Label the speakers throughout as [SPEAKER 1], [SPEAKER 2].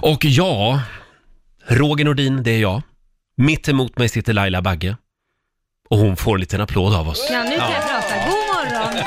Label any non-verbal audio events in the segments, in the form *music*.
[SPEAKER 1] Och ja, Roger Nordin, det är jag. Mitt emot mig sitter Laila Bagge. Och hon får en liten applåd av oss.
[SPEAKER 2] Ja, nu kan jag prata. God
[SPEAKER 1] *laughs*
[SPEAKER 2] morgon!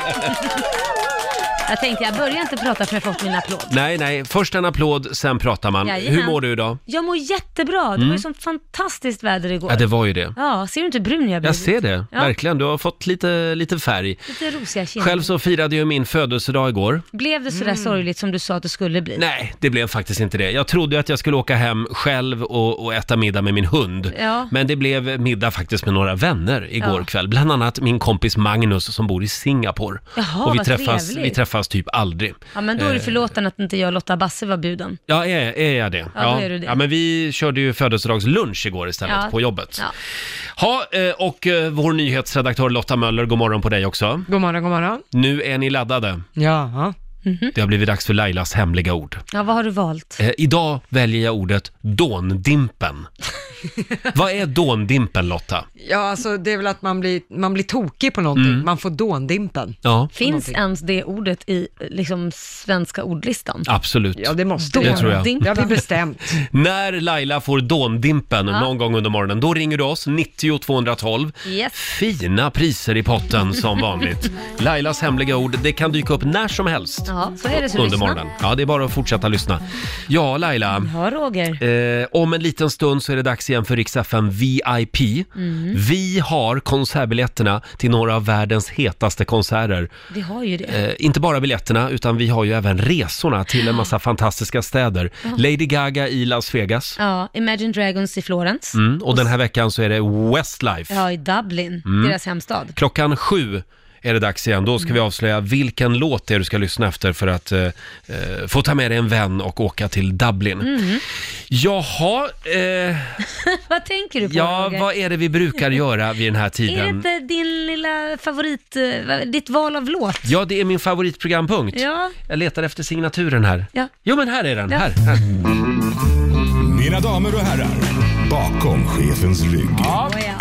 [SPEAKER 2] Jag tänkte, jag börjar inte prata förrän jag fått min applåd.
[SPEAKER 1] Nej, nej, först en applåd, sen pratar man.
[SPEAKER 2] Jajamän.
[SPEAKER 1] Hur mår du idag?
[SPEAKER 2] Jag mår jättebra. Det var ju sånt fantastiskt väder igår.
[SPEAKER 1] Mm. Ja, det var ju det.
[SPEAKER 2] Ja, ser du inte hur brun jag blev?
[SPEAKER 1] Jag ser det,
[SPEAKER 2] Ja.
[SPEAKER 1] verkligen. Du har fått lite, lite färg.
[SPEAKER 2] Lite rosiga kinder.
[SPEAKER 1] Själv så firade jag min födelsedag igår.
[SPEAKER 2] Blev det sådär sorgligt som du sa att det skulle bli?
[SPEAKER 1] Nej, det blev faktiskt inte det. Jag trodde ju att jag skulle åka hem själv och, och äta middag med min hund.
[SPEAKER 2] Ja.
[SPEAKER 1] Men det blev middag faktiskt med några vänner igår
[SPEAKER 2] Ja.
[SPEAKER 1] kväll. Bland annat min kompis Magnus som bor i Singapore.
[SPEAKER 2] Jaha,
[SPEAKER 1] och vi
[SPEAKER 2] vad
[SPEAKER 1] träffas,
[SPEAKER 2] trevligt.
[SPEAKER 1] vi träffas typ aldrig.
[SPEAKER 2] Ja, men då
[SPEAKER 1] Eh.
[SPEAKER 2] är det förlåten att inte jag och Lotta Basse var bjuden.
[SPEAKER 1] Ja, är, är jag det?
[SPEAKER 2] Ja, då är du det.
[SPEAKER 1] ja, men vi körde ju födelsedagslunch igår istället
[SPEAKER 2] Ja.
[SPEAKER 1] på jobbet.
[SPEAKER 2] Ja.
[SPEAKER 1] Ha, eh, och eh, vår nyhetsredaktör Lotta Möller, god morgon på dig också.
[SPEAKER 3] God morgon, god morgon.
[SPEAKER 1] Nu är ni laddade.
[SPEAKER 2] Mm.
[SPEAKER 3] Ja.
[SPEAKER 1] Det har blivit dags för Lailas hemliga ord.
[SPEAKER 2] Ja, vad har du valt?
[SPEAKER 1] Eh, idag väljer jag ordet
[SPEAKER 2] *laughs*
[SPEAKER 1] dåndimpen. Vad är dåndimpen Lotta?
[SPEAKER 3] Ja, alltså det är väl att man blir, man blir tokig på någonting.
[SPEAKER 1] Mm.
[SPEAKER 3] Man får dåndimpen.
[SPEAKER 1] Ja,
[SPEAKER 2] Finns
[SPEAKER 3] någonting.
[SPEAKER 2] ens det ordet i liksom svenska ordlistan?
[SPEAKER 1] absolut.
[SPEAKER 3] Ja, det måste
[SPEAKER 1] Det tror jag.
[SPEAKER 3] Det har vi bestämt.
[SPEAKER 1] När Laila får dåndimpen
[SPEAKER 2] Ja.
[SPEAKER 1] någon gång under morgonen, då ringer du oss, 90 212.
[SPEAKER 2] Yes.
[SPEAKER 1] Fina priser i potten
[SPEAKER 2] *laughs*
[SPEAKER 1] som vanligt. Lailas hemliga ord, det kan dyka upp när som helst
[SPEAKER 2] Ja, så är det. Så
[SPEAKER 1] under
[SPEAKER 2] lyssna.
[SPEAKER 1] morgonen. Ja, det är bara att fortsätta lyssna. Ja, Laila.
[SPEAKER 2] Ja, Roger.
[SPEAKER 1] Eh, om en liten stund så är det dags igen för Rix FM VIP.
[SPEAKER 2] Mm.
[SPEAKER 1] Vi har konsertbiljetterna till några av världens hetaste konserter.
[SPEAKER 2] Vi har ju det.
[SPEAKER 1] Eh, inte bara biljetterna, utan vi har ju även resorna till en massa fantastiska städer. Lady Gaga i Las Vegas.
[SPEAKER 2] Ja, Imagine Dragons i Florens.
[SPEAKER 1] Mm, och den här veckan så är det Westlife.
[SPEAKER 2] Ja, i Dublin,
[SPEAKER 1] Mm.
[SPEAKER 2] deras hemstad.
[SPEAKER 1] Klockan sju är det dags igen. Då ska
[SPEAKER 2] Mm.
[SPEAKER 1] vi avslöja vilken låt det är du ska lyssna efter för att eh, eh, få ta med dig en vän och åka till Dublin.
[SPEAKER 2] Mm.
[SPEAKER 1] Jaha, eh,
[SPEAKER 2] Vad tänker du på
[SPEAKER 1] ja,
[SPEAKER 2] Roger?
[SPEAKER 1] vad är det vi brukar göra vid den
[SPEAKER 2] *laughs*
[SPEAKER 1] här
[SPEAKER 2] Är det
[SPEAKER 1] tiden?
[SPEAKER 2] inte din lilla favorit, eh, va- ditt val av låt?
[SPEAKER 1] Ja, det är min favoritprogrampunkt.
[SPEAKER 2] Ja.
[SPEAKER 1] Jag letar efter signaturen här.
[SPEAKER 2] Ja.
[SPEAKER 1] Jo, men här är den.
[SPEAKER 2] Ja.
[SPEAKER 1] Här, här.
[SPEAKER 4] Mina damer och herrar, bakom chefens rygg.
[SPEAKER 2] Åh, ja.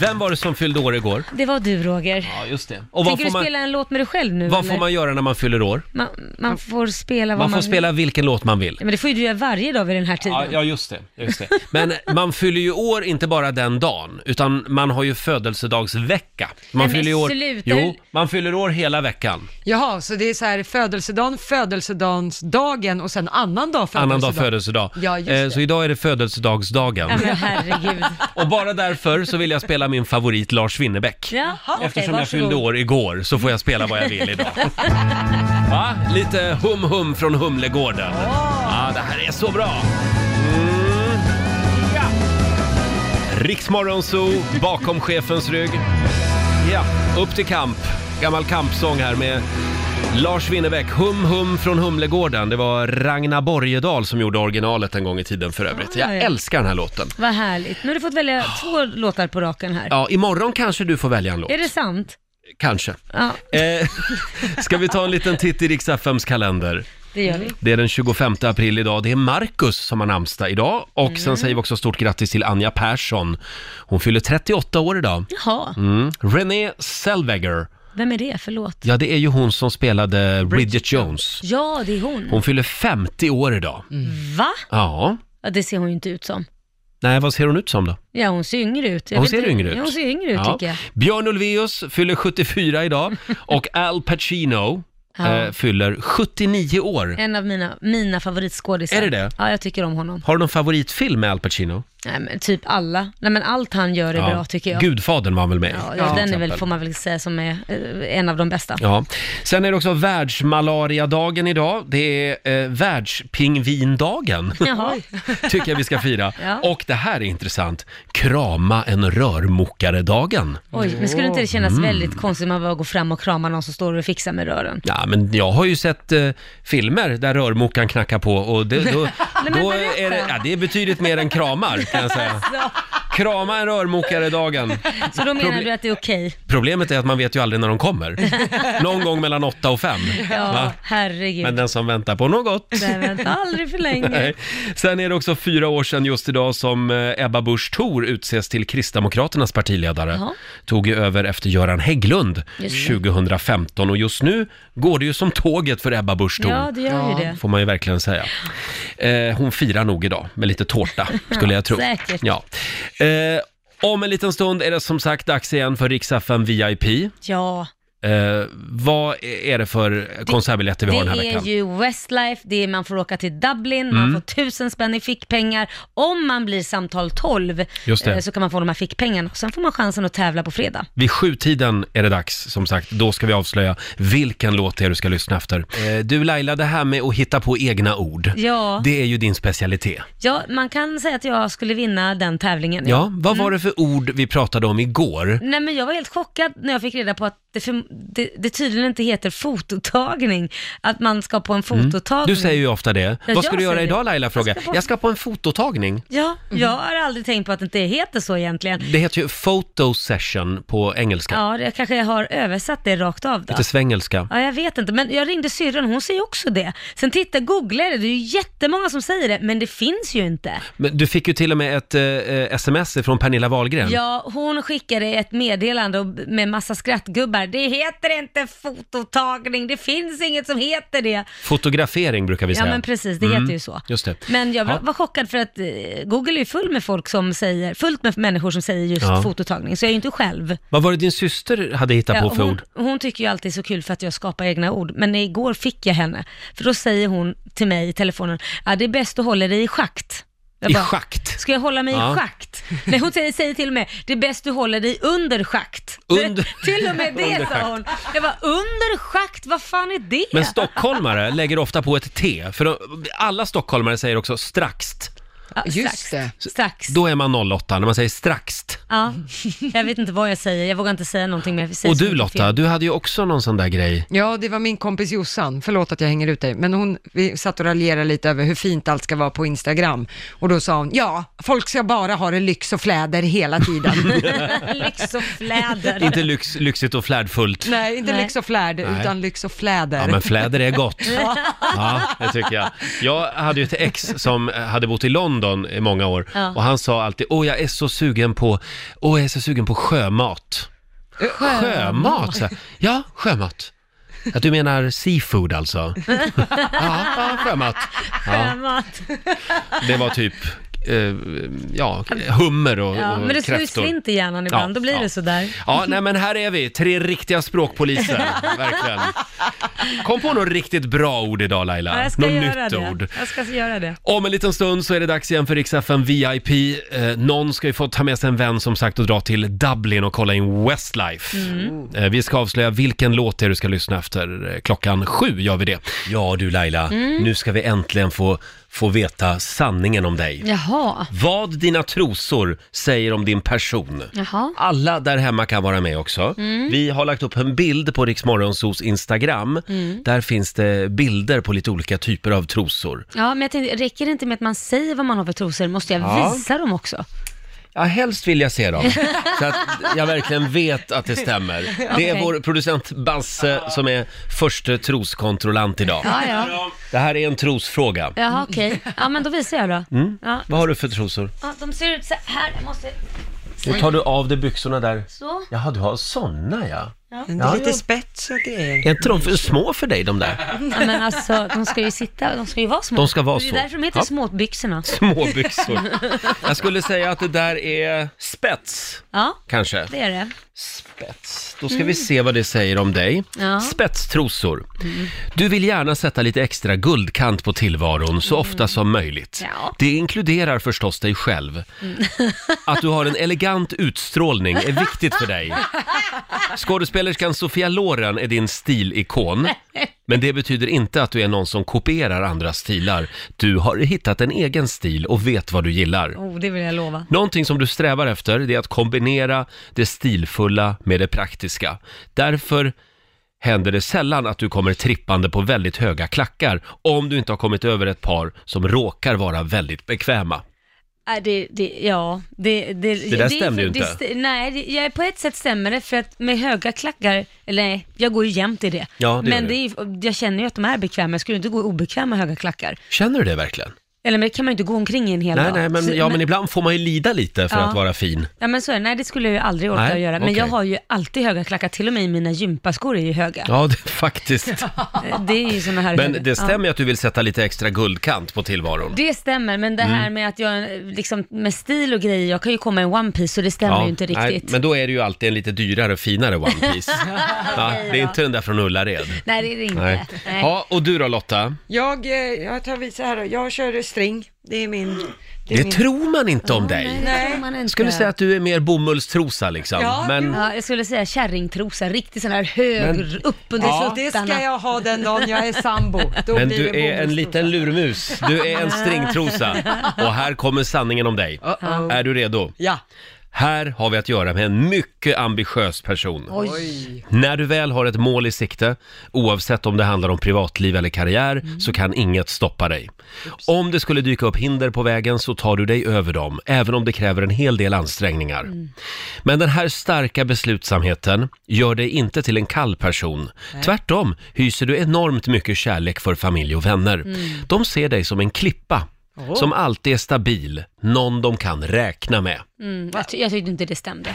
[SPEAKER 1] Vem var det som fyllde år igår?
[SPEAKER 2] Det var du Roger.
[SPEAKER 1] Ja, just det. Och vad
[SPEAKER 2] Tänker
[SPEAKER 1] får
[SPEAKER 2] du
[SPEAKER 1] man,
[SPEAKER 2] spela en låt med dig själv nu
[SPEAKER 1] vad
[SPEAKER 2] eller?
[SPEAKER 1] får man göra när man fyller år?
[SPEAKER 2] man, man får spela vad
[SPEAKER 1] Man
[SPEAKER 2] man,
[SPEAKER 1] får spela vilken låt man vill.
[SPEAKER 2] Ja, men det får ju du göra varje dag vid den här tiden.
[SPEAKER 1] Ja, ja just, det, just det. *laughs* Men man fyller ju år inte bara den dagen, utan man har ju födelsedagsvecka. Man
[SPEAKER 2] Nej, men
[SPEAKER 1] fyller ju år,
[SPEAKER 2] sluta.
[SPEAKER 1] jo, man fyller år hela veckan.
[SPEAKER 3] Jaha, så det är så här födelsedagen, födelsedagsdagen och sen annan dag födelsedag.
[SPEAKER 1] Annan dag födelsedag.
[SPEAKER 3] Ja, just
[SPEAKER 1] Eh,
[SPEAKER 3] det.
[SPEAKER 1] Så idag är det födelsedagsdagen.
[SPEAKER 2] Ja, men
[SPEAKER 1] *laughs*
[SPEAKER 2] herregud.
[SPEAKER 1] Och bara därför så vill jag spela min favorit Lars Winnerbäck.
[SPEAKER 2] Ja, okej,
[SPEAKER 1] Eftersom jag
[SPEAKER 2] varsågod.
[SPEAKER 1] fyllde år igår så får jag spela vad jag vill idag. Va? Lite Hum Hum från Humlegården. Ja, det här är så bra! Mm. Ja. Riksmorgon Zoo, bakom chefens rygg. Ja, upp till kamp. Gammal kampsång här med Lars Winnerbäck, Hum Hum från Humlegården. Det var Ragnar Borgedal som gjorde originalet en gång i tiden för övrigt. Jag
[SPEAKER 2] Ja, ja.
[SPEAKER 1] älskar den här låten.
[SPEAKER 2] Vad härligt. Nu har du fått välja två låtar på raken här.
[SPEAKER 1] Ja, imorgon kanske du får välja en låt.
[SPEAKER 2] Är det sant?
[SPEAKER 1] Kanske.
[SPEAKER 2] Ja,
[SPEAKER 1] Eh, *laughs* ska vi ta en liten titt i Rix FMs kalender?
[SPEAKER 2] det gör vi.
[SPEAKER 1] Det är den 25 april idag. Det är Markus som har namnsdag idag. Och
[SPEAKER 2] Mm.
[SPEAKER 1] sen säger vi också stort grattis till Anja Persson. Hon fyller 38 år idag.
[SPEAKER 2] Jaha,
[SPEAKER 1] Mm. Renée Zellweger.
[SPEAKER 2] vem är det? Förlåt.
[SPEAKER 1] Ja, det är ju hon som spelade Bridget Jones.
[SPEAKER 2] Ja, det är hon.
[SPEAKER 1] Hon fyller 50 år idag.
[SPEAKER 2] Mm. Va?
[SPEAKER 1] Ja.
[SPEAKER 2] Ja, det ser hon ju inte ut som.
[SPEAKER 1] Nej, vad ser hon ut som då?
[SPEAKER 2] Ja, hon ser yngre ut. Jag
[SPEAKER 1] Hon
[SPEAKER 2] vet
[SPEAKER 1] ser
[SPEAKER 2] inte-
[SPEAKER 1] yngre ut.
[SPEAKER 2] Ja, hon ser yngre ut tycker jag.
[SPEAKER 1] Björn Ulvaeus fyller
[SPEAKER 2] *laughs*
[SPEAKER 1] 74 idag och Al Pacino
[SPEAKER 2] Ja.
[SPEAKER 1] eh, fyller 79 år.
[SPEAKER 2] En av mina, mina favoritskådisar.
[SPEAKER 1] Är det det?
[SPEAKER 2] Ja, jag tycker om honom.
[SPEAKER 1] Har du någon favoritfilm med Al Pacino?
[SPEAKER 2] Nej, men typ alla. Nej, men allt han gör är bra tycker jag.
[SPEAKER 1] Gudfadern var han väl med i,
[SPEAKER 2] Ja,
[SPEAKER 1] till
[SPEAKER 2] ja, den är väl,
[SPEAKER 1] exempel.
[SPEAKER 2] får man väl säga, som är eh, en av de bästa.
[SPEAKER 1] Ja. Sen är det också världsmalariadagen idag. Det är eh, världspingvindagen, *laughs*
[SPEAKER 2] Jaha.
[SPEAKER 1] tycker jag vi ska fira.
[SPEAKER 2] Ja.
[SPEAKER 1] Och det här är intressant, krama en rörmokare-dagen.
[SPEAKER 2] Oj, men skulle inte det kännas
[SPEAKER 1] Mm.
[SPEAKER 2] väldigt konstigt om man bara går fram och kramar någon som står och fixar med rören?
[SPEAKER 1] Ja, men jag har ju sett eh, filmer där
[SPEAKER 2] *laughs*
[SPEAKER 1] rörmokaren knackar på och det, då,
[SPEAKER 2] men
[SPEAKER 1] då
[SPEAKER 2] berätta. *laughs*
[SPEAKER 1] är det, ja, det är betydligt mer än kramar, kan jag säga. Krama en rörmokare i dagen.
[SPEAKER 2] Så då menar
[SPEAKER 1] Proble-
[SPEAKER 2] du att det är okej?
[SPEAKER 1] Problemet är att man vet ju aldrig när de
[SPEAKER 2] *laughs*
[SPEAKER 1] kommer. Någon gång mellan åtta och fem.
[SPEAKER 2] Ja,
[SPEAKER 1] Va?
[SPEAKER 2] herregud.
[SPEAKER 1] Men den som väntar på något.
[SPEAKER 2] Nej, vänta aldrig för länge.
[SPEAKER 1] Nej. Sen är det också fyra år sedan just idag som eh, Ebba Busch Thor utses till Kristdemokraternas partiledare.
[SPEAKER 2] Jaha.
[SPEAKER 1] Tog ju över efter Göran Hägglund
[SPEAKER 2] Just
[SPEAKER 1] 2015 och just nu går det ju som tåget för Ebba Busch Thor.
[SPEAKER 2] Ja, det gör ju
[SPEAKER 3] Ja.
[SPEAKER 2] det.
[SPEAKER 1] Får man ju verkligen säga. Eh, hon firar nog idag med
[SPEAKER 2] *laughs*
[SPEAKER 1] lite tårta, skulle jag tro.
[SPEAKER 2] Säkert.
[SPEAKER 1] Ja. Eh, om en liten stund är det som sagt dags igen för Rix FM VIP.
[SPEAKER 2] Ja,
[SPEAKER 1] Eh, vad är det för konsertbiljetter vi har
[SPEAKER 2] det
[SPEAKER 1] den här
[SPEAKER 2] är
[SPEAKER 1] veckan? Mm.
[SPEAKER 2] ju Westlife, det är, man får åka till Dublin, man får tusen spänn i fickpengar. Om man blir samtal 12
[SPEAKER 1] Just det.
[SPEAKER 2] eh, så kan man få de här fickpengarna. Och Sen får man chansen att tävla på fredag.
[SPEAKER 1] Vid sjutiden är det dags, som sagt. Då ska vi avslöja vilken låt det är du ska lyssna efter. Eh, du Laila, det här med att hitta på egna ord,
[SPEAKER 2] Ja.
[SPEAKER 1] det är ju din specialitet.
[SPEAKER 2] Ja, man kan säga att jag skulle vinna den tävlingen.
[SPEAKER 1] Ja, vad
[SPEAKER 2] Mm.
[SPEAKER 1] var det för ord vi pratade om igår?
[SPEAKER 2] Nej men jag var helt chockad när jag fick reda på att det, för, det, det tydligen inte heter fototagning, att man ska på en fototagning.
[SPEAKER 1] Mm. Du säger ju ofta det. vad ska
[SPEAKER 2] jag
[SPEAKER 1] du göra
[SPEAKER 2] säger
[SPEAKER 1] idag
[SPEAKER 2] det.
[SPEAKER 1] Laila, frågar
[SPEAKER 2] Jag ska på-
[SPEAKER 1] Jag ska på en fototagning.
[SPEAKER 2] Ja, jag
[SPEAKER 1] Mm.
[SPEAKER 2] har aldrig tänkt på att det inte heter så egentligen.
[SPEAKER 1] Det heter ju photo session på engelska.
[SPEAKER 2] Ja, jag kanske har översatt det rakt av då.
[SPEAKER 1] Lite svengelska.
[SPEAKER 2] Ja, jag vet inte, men jag ringde syrran, hon säger också det. Sen titta, googla det, det är ju jättemånga som säger det, men det finns ju inte.
[SPEAKER 1] Men du fick ju till och med ett eh, eh, sms från Pernilla Wahlgren.
[SPEAKER 2] Ja, hon skickade ett meddelande och- med massa skrattgubbar. Det heter inte fototagning, det finns inget som heter det.
[SPEAKER 1] Fotografering brukar vi
[SPEAKER 2] Ja
[SPEAKER 1] säga.
[SPEAKER 2] men precis, det heter ju så.
[SPEAKER 1] Mm. Just det.
[SPEAKER 2] Men jag var,
[SPEAKER 1] Ja.
[SPEAKER 2] var chockad för att eh, Google är ju full med folk som säger, fullt med människor som säger just
[SPEAKER 1] Ja.
[SPEAKER 2] fototagning, så jag är ju inte själv.
[SPEAKER 1] Vad var det din syster hade hittat
[SPEAKER 2] Ja,
[SPEAKER 1] på
[SPEAKER 2] och
[SPEAKER 1] för
[SPEAKER 2] hon,
[SPEAKER 1] ord?
[SPEAKER 2] hon tycker ju alltid det är så kul för att jag skapar egna ord, men igår fick jag henne, för då säger hon till mig i telefonen, ja det är bäst att hålla dig i schakt. Jag
[SPEAKER 1] I
[SPEAKER 2] bara, *laughs*
[SPEAKER 1] schakt?
[SPEAKER 2] Ska jag hålla mig
[SPEAKER 1] Ja.
[SPEAKER 2] i schakt? Nej, hon säger, säger till och med, det är bäst du håller dig under schakt.
[SPEAKER 1] Under-
[SPEAKER 2] *laughs* till och med det
[SPEAKER 1] Under schakt.
[SPEAKER 2] sa hon. Jag var under schakt, vad fan är det?
[SPEAKER 1] Men stockholmare lägger ofta på ett T, för de- alla stockholmare säger också straxt.
[SPEAKER 2] ja,
[SPEAKER 3] Just det.
[SPEAKER 2] Strax.
[SPEAKER 1] Då är man 08 när man säger straxt.
[SPEAKER 2] Ja, jag vet inte vad jag säger. Jag vågar inte säga någonting mer. för jag säger
[SPEAKER 1] Och
[SPEAKER 2] så
[SPEAKER 1] du
[SPEAKER 2] mycket
[SPEAKER 1] Lotta,
[SPEAKER 2] fel. *laughs*
[SPEAKER 1] du hade ju också någon sån där grej.
[SPEAKER 3] Ja, det var min kompis Jossan, förlåt att jag hänger ut dig, men hon, vi satt och raljerade lite över hur fint allt ska vara på Instagram och då sa hon, ja, folk ska bara ha det lyx och fläder hela
[SPEAKER 1] *laughs*
[SPEAKER 3] tiden.
[SPEAKER 2] Lyx och fläder.
[SPEAKER 1] Inte lyx, lyxigt och flärdfullt.
[SPEAKER 3] Nej, inte
[SPEAKER 2] Nej.
[SPEAKER 3] lyx och fläder,
[SPEAKER 1] Nej.
[SPEAKER 3] utan lyx och fläder.
[SPEAKER 1] Ja, men fläder är gott.
[SPEAKER 2] *laughs*
[SPEAKER 1] Ja, det tycker jag. Jag hade ju ett ex som hade bott i London i många år
[SPEAKER 2] Ja.
[SPEAKER 1] och han sa alltid, åh jag är så sugen på, åh jag är så sugen på sjömat. Sjömat? sa jag. Ja, sjömat. Att du menar seafood alltså? Ja, ja sjömat. Ja,
[SPEAKER 2] Sjömat.
[SPEAKER 1] det var typ, eh, ja, hummer och,
[SPEAKER 2] Ja,
[SPEAKER 1] och
[SPEAKER 2] men det slår ju
[SPEAKER 1] kräftor.
[SPEAKER 2] slint i hjärnan ibland,
[SPEAKER 1] Ja,
[SPEAKER 2] då blir
[SPEAKER 1] ja.
[SPEAKER 2] det sådär.
[SPEAKER 1] Ja, nej men här är vi, tre riktiga språkpoliser, verkligen. Kom på något riktigt bra ord idag Laila.
[SPEAKER 2] Ja, jag ska
[SPEAKER 1] något
[SPEAKER 2] göra
[SPEAKER 1] nytt
[SPEAKER 2] det.
[SPEAKER 1] ord.
[SPEAKER 2] Jag ska göra det.
[SPEAKER 1] Om en liten stund så är det dags igen för Riks-FM VIP. Eh, någon ska ju få ta med sig en vän som sagt och dra till Dublin och kolla in Westlife.
[SPEAKER 2] Mm.
[SPEAKER 1] Eh, vi ska avslöja vilken låt det är du ska lyssna efter. Eh, Klockan sju gör vi det. Mm. Ja du Laila, nu ska vi äntligen få, få veta sanningen om dig.
[SPEAKER 2] Jaha.
[SPEAKER 1] Vad dina trosor säger om din person.
[SPEAKER 2] Jaha. Mm.
[SPEAKER 1] Alla där hemma kan vara med också. Vi har lagt upp en bild på Riksmorgonsos Instagram.
[SPEAKER 2] Mm.
[SPEAKER 1] Där finns det bilder på lite olika typer av trosor.
[SPEAKER 2] Ja, men jag tänkte, räcker det inte med att man säger vad man har för trosor? Måste jag
[SPEAKER 1] Ja.
[SPEAKER 2] visa dem också?
[SPEAKER 1] Ja, helst vill jag se dem.
[SPEAKER 2] *laughs*
[SPEAKER 1] Så att jag verkligen vet att det stämmer. Det är
[SPEAKER 2] Okej.
[SPEAKER 1] vår producent Basse som är förste troskontrollant idag.
[SPEAKER 2] Ja, ja.
[SPEAKER 1] Det här är en trosfråga.
[SPEAKER 2] Jaha, okej. Ja, men då visar jag då.
[SPEAKER 1] Mm.
[SPEAKER 2] Ja.
[SPEAKER 1] Vad har du för trosor?
[SPEAKER 2] ja, de ser ut så här. Jag måste...
[SPEAKER 1] Nu tar du av dig byxorna där.
[SPEAKER 2] Så.
[SPEAKER 1] Jaha, du har såna ja.
[SPEAKER 5] Men Det är lite spets och grejer.
[SPEAKER 1] Är inte de för små för dig de där? *laughs*
[SPEAKER 2] Ja, men alltså, de ska ju sitta, de ska ju vara små.
[SPEAKER 1] De ska vara
[SPEAKER 2] Det är
[SPEAKER 1] så.
[SPEAKER 2] därför de heter
[SPEAKER 1] Ja.
[SPEAKER 2] småbyxorna.
[SPEAKER 1] Små byxor. Jag skulle säga att det där är spets,
[SPEAKER 2] Ja,
[SPEAKER 1] kanske.
[SPEAKER 2] det är det.
[SPEAKER 1] Spets. Då ska vi se vad det säger om dig.
[SPEAKER 2] Ja. Mm.
[SPEAKER 1] Spetstrosor. Du vill gärna sätta lite extra guldkant på tillvaron så ofta som möjligt.
[SPEAKER 2] Mm. Ja. Mm.
[SPEAKER 1] Det inkluderar förstås dig själv. *laughs* Att du har en elegant utstrålning är viktigt för dig. Skådespelerskan Sofia Loren är din stilikon. Men det betyder inte att du är någon som kopierar andra stilar. Du har hittat en egen stil och vet vad du gillar.
[SPEAKER 2] Oh, det vill jag lova.
[SPEAKER 1] Någonting som du strävar efter det är att kombinera det stilfulla med det praktiska. Därför händer det sällan att du kommer trippande på väldigt höga klackar om du inte har kommit över ett par som råkar vara väldigt bekväma.
[SPEAKER 2] Ja, det, det, ja, det, det,
[SPEAKER 1] Det där stämde ju
[SPEAKER 2] det-
[SPEAKER 1] inte.
[SPEAKER 2] det- nej, det, ja, på ett sätt stämmer det för att med höga klackar, eller nej, jag går ju jämt i det.
[SPEAKER 1] Ja, det gör
[SPEAKER 2] men
[SPEAKER 1] du.
[SPEAKER 2] det är, ju- jag känner ju att de är bekväma, jag skulle inte gå i obekväma höga klackar.
[SPEAKER 1] Känner du det verkligen?
[SPEAKER 2] Eller men det kan man ju inte gå omkring i en hel
[SPEAKER 1] Nej,
[SPEAKER 2] dag.
[SPEAKER 1] nej,
[SPEAKER 2] Så-
[SPEAKER 1] men, ja, men ibland får man ju lida lite för
[SPEAKER 2] Ja.
[SPEAKER 1] att vara fin.
[SPEAKER 2] Ja men så är det, nej det skulle jag ju aldrig orka
[SPEAKER 1] Nej,
[SPEAKER 2] att göra. Men
[SPEAKER 1] okej.
[SPEAKER 2] jag har ju alltid höga klackar, till och med mina gympaskor är ju höga. Eh,
[SPEAKER 1] Ja, det, *laughs* faktiskt.
[SPEAKER 2] Det är ju såna här höga.
[SPEAKER 1] Men det
[SPEAKER 2] Ja.
[SPEAKER 1] stämmer ju att du vill sätta lite extra guldkant på tillvaron.
[SPEAKER 2] Det stämmer, men
[SPEAKER 1] Mm.
[SPEAKER 2] det här med att jag liksom med stil och grejer, jag kan ju komma i one piece så det stämmer ju inte
[SPEAKER 1] nej,
[SPEAKER 2] riktigt. Nej,
[SPEAKER 1] men då är det ju alltid en lite dyrare och finare One
[SPEAKER 2] *laughs*
[SPEAKER 1] Piece. ja, det är inte den där från Ullared.
[SPEAKER 2] det är det inte.
[SPEAKER 1] Nej.
[SPEAKER 2] Nej.
[SPEAKER 1] Ja, och du då Lotta?
[SPEAKER 3] Jag, eh, jag tar och visar här då. Jag kör string. Det är min... Det är
[SPEAKER 1] Det
[SPEAKER 3] min...
[SPEAKER 1] tror man inte om dig.
[SPEAKER 2] Nej, det får man inte.
[SPEAKER 1] Skulle säga att du är mer bomullstrosa liksom.
[SPEAKER 3] Ja,
[SPEAKER 1] men,
[SPEAKER 2] Ja, jag skulle säga kärringtrosa, riktigt sån här hög, upp under
[SPEAKER 3] Ja, det
[SPEAKER 2] suttarna.
[SPEAKER 3] ska jag ha den dagen jag är sambo. Då
[SPEAKER 1] men
[SPEAKER 3] blir
[SPEAKER 1] du
[SPEAKER 3] det
[SPEAKER 1] är en
[SPEAKER 3] bonus.
[SPEAKER 1] liten lurmus. Du är
[SPEAKER 3] *laughs*
[SPEAKER 1] en stringtrosa. Och här kommer sanningen om dig.
[SPEAKER 3] Uh-oh.
[SPEAKER 1] Är du redo?
[SPEAKER 3] Ja.
[SPEAKER 1] Här har vi att göra med en mycket ambitiös person.
[SPEAKER 3] Oj.
[SPEAKER 1] När du väl har ett mål i sikte, oavsett om det handlar om privatliv eller karriär, så kan inget stoppa dig. Om det skulle dyka upp hinder på vägen så tar du dig över dem, även om det kräver en hel del ansträngningar. Men den här starka beslutsamheten gör dig inte till en kall person. Tvärtom hyser du enormt mycket kärlek för familj och vänner. De ser dig som en klippa. Som alltid är stabil, någon de kan räkna med.
[SPEAKER 2] Mm, jag, ty- jag tyckte inte det stämde.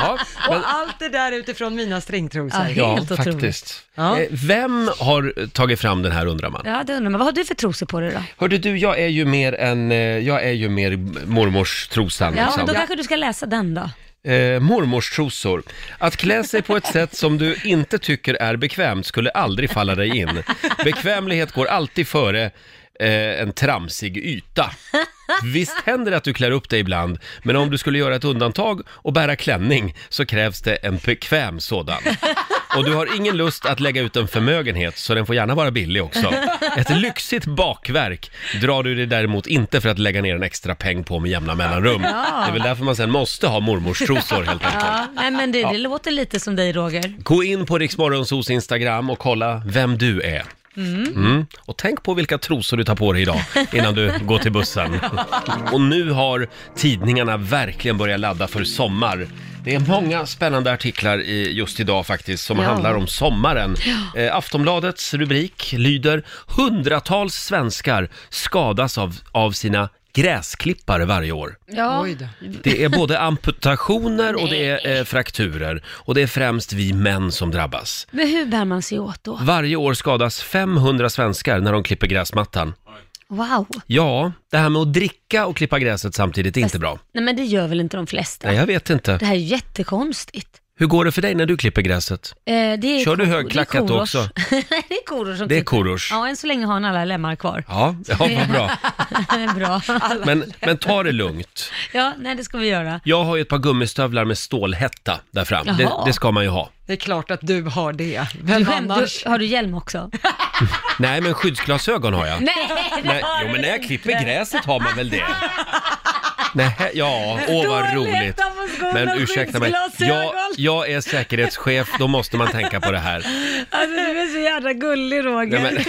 [SPEAKER 1] Ja, men-
[SPEAKER 3] Och allt det där utifrån mina stringtrosor.
[SPEAKER 2] Ja. Helt otroligt.
[SPEAKER 1] faktiskt.
[SPEAKER 3] Ja.
[SPEAKER 1] Eh, Vem har tagit fram den här undrar man?
[SPEAKER 2] Ja, det undrar man. Vad har du för trosor på dig då?
[SPEAKER 1] Hörde du, jag är ju mer en, eh, jag är ju mer mormors trosan.
[SPEAKER 2] Ja, men
[SPEAKER 1] liksom.
[SPEAKER 2] då kanske du ska läsa den då.
[SPEAKER 1] eh, mormors trosor. Att klä sig på ett sätt som du inte tycker är bekvämt skulle aldrig falla dig in. Bekvämlighet går alltid före eh, en tramsig yta. Visst händer det att du klär upp dig ibland, men om du skulle göra ett undantag och bära klänning så krävs det en bekväm sådan. Och du har ingen lust att lägga ut en förmögenhet, så den får gärna vara billig också. Ett lyxigt bakverk drar du dig däremot inte för att lägga ner en extra peng på med jämna mellanrum. Det är väl därför man sen måste ha mormors trosor helt enkelt.
[SPEAKER 2] Ja, nej men det, det låter lite som dig Roger.
[SPEAKER 1] Gå in på Riksmorgonsos Instagram och kolla vem du är. Mm. Och tänk på vilka trosor du tar på dig idag innan du går till bussen. Och nu har tidningarna verkligen börjat ladda för sommar. Det är många spännande artiklar i, just idag faktiskt som handlar om sommaren. Eh, Aftonbladets rubrik lyder “Hundratals svenskar skadas av, av sina gräsklippare varje år”.
[SPEAKER 2] Ja,
[SPEAKER 3] Oj då.
[SPEAKER 1] Det är både amputationer och det är eh, frakturer. Och det är främst vi män som drabbas.
[SPEAKER 2] men hur bär man sig åt då?
[SPEAKER 1] Varje år skadas 500 svenskar när de klipper gräsmattan.
[SPEAKER 2] Wow.
[SPEAKER 1] Ja, det här med att dricka och klippa gräset samtidigt är inte bra.
[SPEAKER 2] Nej men det gör väl inte de flesta?
[SPEAKER 1] Nej, jag vet inte.
[SPEAKER 2] Det här är jättekonstigt.
[SPEAKER 1] Hur går det för dig när du klipper gräset?
[SPEAKER 2] Eh, det är
[SPEAKER 1] Kör du
[SPEAKER 2] ko-
[SPEAKER 1] högklackat
[SPEAKER 2] det är
[SPEAKER 1] då
[SPEAKER 2] Korosh.
[SPEAKER 1] också?
[SPEAKER 2] *laughs* Nej, det är Korosh som
[SPEAKER 1] Det är
[SPEAKER 2] klipper.
[SPEAKER 1] Korosh.
[SPEAKER 2] Ja, än så länge har han alla lemmar
[SPEAKER 1] *laughs*
[SPEAKER 2] kvar.
[SPEAKER 1] Ja, ja vad bra.
[SPEAKER 2] Bra.
[SPEAKER 1] Men, men ta det lugnt.
[SPEAKER 2] Ja, nej det ska vi göra.
[SPEAKER 1] Jag har ju ett par gummistövlar med stålhätta där fram. Det,
[SPEAKER 2] Jaha.
[SPEAKER 1] det ska man ju ha.
[SPEAKER 3] Det är klart att du har det.
[SPEAKER 2] Du
[SPEAKER 3] Vem
[SPEAKER 2] skämt,
[SPEAKER 3] annars?
[SPEAKER 2] du, har du hjälm också?
[SPEAKER 1] Nej, men skyddsglasögon har
[SPEAKER 2] *laughs*
[SPEAKER 1] jag.
[SPEAKER 2] Nej, det
[SPEAKER 1] Nej,
[SPEAKER 2] har
[SPEAKER 1] jo,
[SPEAKER 2] du
[SPEAKER 1] men när jag
[SPEAKER 2] inte.
[SPEAKER 1] klipper gräset har man väl det? Nej, ja, åh
[SPEAKER 2] Då
[SPEAKER 1] vad
[SPEAKER 2] letar
[SPEAKER 1] roligt.
[SPEAKER 2] man skolan
[SPEAKER 1] Men ursäkta mig, jag,
[SPEAKER 2] skyddsglasögon.
[SPEAKER 1] jag är säkerhetschef, då måste man tänka på det här.
[SPEAKER 2] *laughs* Alltså du är så jävla gullig Roger.
[SPEAKER 1] Nej, men,
[SPEAKER 2] *laughs*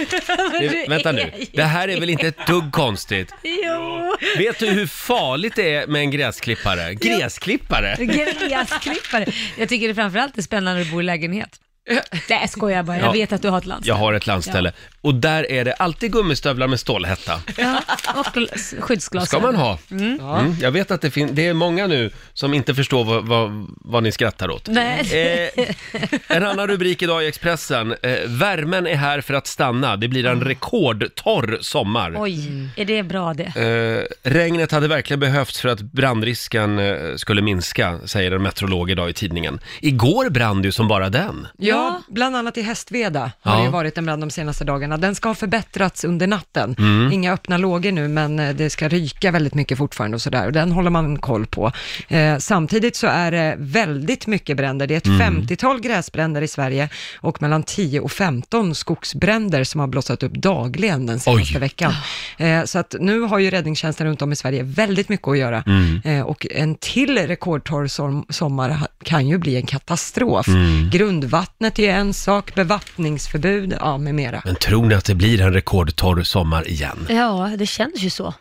[SPEAKER 2] Men
[SPEAKER 1] det,
[SPEAKER 2] du
[SPEAKER 1] vänta
[SPEAKER 2] är
[SPEAKER 1] nu,
[SPEAKER 2] ju-
[SPEAKER 1] det här är väl inte ett dugg konstigt?
[SPEAKER 2] Jo,
[SPEAKER 1] Vet du hur farligt det är med en gräsklippare? Gräsklippare?
[SPEAKER 2] gräsklippare. Jag tycker det framförallt är spännande när du bor i lägenhet. Nej, jag skojar bara. Jag
[SPEAKER 1] Ja.
[SPEAKER 2] vet att du har ett landställe.
[SPEAKER 1] Jag har ett landställe och där är det alltid gummistövlar med stålhätta.
[SPEAKER 2] Ja, och gl-
[SPEAKER 1] ska
[SPEAKER 2] skyddsglasögon.
[SPEAKER 1] man ha. Mm. Jag vet att det, fin- det är många nu som inte förstår vad, vad, vad ni skrattar åt.
[SPEAKER 2] Nej.
[SPEAKER 1] Eh, en annan rubrik idag i Expressen. Eh, värmen är här för att stanna. Det blir en rekordtorr sommar.
[SPEAKER 2] Oj, är det bra det?
[SPEAKER 1] Eh, regnet hade verkligen behövts för att brandrisken eh, skulle minska, säger en meteorolog idag i tidningen. Igår brann det ju som bara den.
[SPEAKER 3] Ja, bland annat i Hästveda har
[SPEAKER 1] Ja.
[SPEAKER 3] det ju varit en brand de senaste dagarna. Den ska ha förbättrats under natten.
[SPEAKER 1] Mm.
[SPEAKER 3] Inga öppna lågor nu, men eh, det ska ryka väldigt mycket fortfarande och sådär. Och den håller man koll på. Eh, samtidigt så är det väldigt mycket bränder. Det är ett
[SPEAKER 1] Mm.
[SPEAKER 3] 50-tal gräsbränder i Sverige och mellan 10 och 15 skogsbränder som har blossat upp dagligen den senaste
[SPEAKER 1] Oj.
[SPEAKER 3] veckan.
[SPEAKER 1] Ah.
[SPEAKER 3] Eh, så att nu har ju räddningstjänsten runt om i Sverige väldigt mycket att göra.
[SPEAKER 1] Mm.
[SPEAKER 3] Eh, och en till rekordtorr som- sommar ha- kan ju bli en katastrof.
[SPEAKER 1] Mm.
[SPEAKER 3] Grundvattnet är en sak, bevattningsförbud, ja med mera.
[SPEAKER 1] Men tror ni att det blir en rekordtorr sommar igen?
[SPEAKER 2] Ja, det känns ju så.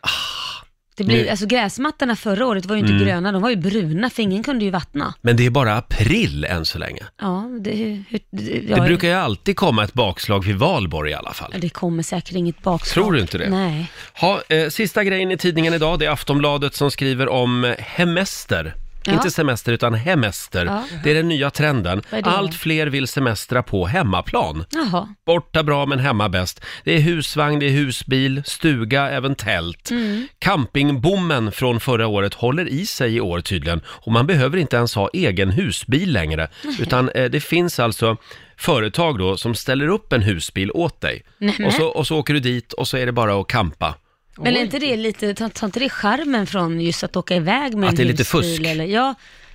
[SPEAKER 2] Det blir,
[SPEAKER 1] Ah, Nu- Mm.
[SPEAKER 2] alltså gräsmattorna förra året var ju inte gröna, de var ju bruna, för ingen kunde ju vattna.
[SPEAKER 1] Men det är bara april än så länge.
[SPEAKER 2] Ja, det, hur, det,
[SPEAKER 1] Det
[SPEAKER 2] jag-
[SPEAKER 1] brukar ju alltid komma ett bakslag vid valborg i alla fall.
[SPEAKER 2] Ja, det kommer säkert inget bakslag.
[SPEAKER 1] Tror du inte det?
[SPEAKER 2] Nej.
[SPEAKER 1] Ha, eh, sista grejen i tidningen idag, det är Aftonbladet som skriver om eh, hemester.
[SPEAKER 2] Ja.
[SPEAKER 1] Inte semester, utan hemester.
[SPEAKER 2] Ja.
[SPEAKER 1] Det är den nya trenden.
[SPEAKER 2] Vad är det?
[SPEAKER 1] Allt fler vill semestra på hemmaplan.
[SPEAKER 2] Jaha.
[SPEAKER 1] Borta bra, men hemma bäst. Det är husvagn, det är husbil, stuga, även tält.
[SPEAKER 2] Mm.
[SPEAKER 1] Campingbommen från förra året håller i sig i år tydligen. Och man behöver inte ens ha egen husbil längre. Utan eh, det finns alltså företag då som ställer upp en husbil åt dig.
[SPEAKER 2] Nämen.
[SPEAKER 1] Och så, och så åker du dit och så är det bara att campa.
[SPEAKER 2] Men är inte det lite, tar, tar inte det charmen från just att åka iväg med
[SPEAKER 1] Att
[SPEAKER 2] en
[SPEAKER 1] det är lite
[SPEAKER 2] husbil
[SPEAKER 1] fusk?
[SPEAKER 2] Eller? Ja,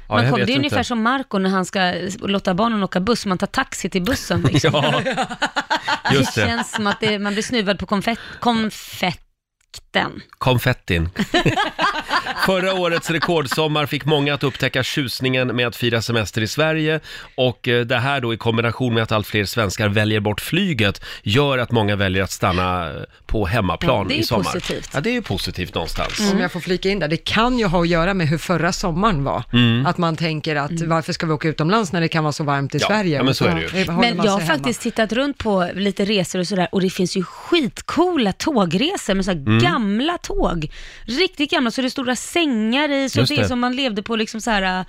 [SPEAKER 2] man
[SPEAKER 1] jag
[SPEAKER 2] kom, det
[SPEAKER 1] vet
[SPEAKER 2] är
[SPEAKER 1] inte.
[SPEAKER 2] ungefär som Marco när han ska låta barnen åka buss, man tar taxi till bussen. Liksom.
[SPEAKER 1] Ja, just
[SPEAKER 2] det
[SPEAKER 1] det.
[SPEAKER 2] känns som att det, man blir snuvad på konfett, konfekten.
[SPEAKER 1] Konfettin. *laughs* Förra årets rekordsommar fick många att upptäcka tjusningen med att fira semester i Sverige och eh, det här då i kombination med att allt fler svenskar väljer bort flyget gör att många väljer att stanna eh, på hemmaplan
[SPEAKER 2] Ja, det är
[SPEAKER 1] i
[SPEAKER 2] ju
[SPEAKER 1] sommar.
[SPEAKER 2] positivt.
[SPEAKER 1] Ja, det är ju positivt någonstans.
[SPEAKER 3] Om jag får flika in där, det kan ju ha att göra med hur förra sommaren var.
[SPEAKER 1] Mm.
[SPEAKER 3] Att man tänker att varför ska vi åka utomlands när det kan vara så varmt i
[SPEAKER 1] Ja,
[SPEAKER 3] Sverige?
[SPEAKER 1] ja, men så är det ju.
[SPEAKER 3] håller
[SPEAKER 2] Men
[SPEAKER 3] man
[SPEAKER 2] jag har
[SPEAKER 3] sig hemma.
[SPEAKER 2] faktiskt tittat runt på lite resor och sådär och det finns ju skitcoola tågresor med så här
[SPEAKER 1] Mm.
[SPEAKER 2] gamla tåg. Riktigt gamla, så det är stora sängar i, så
[SPEAKER 1] Just
[SPEAKER 2] det är
[SPEAKER 1] det.
[SPEAKER 2] som man levde på liksom så här äh,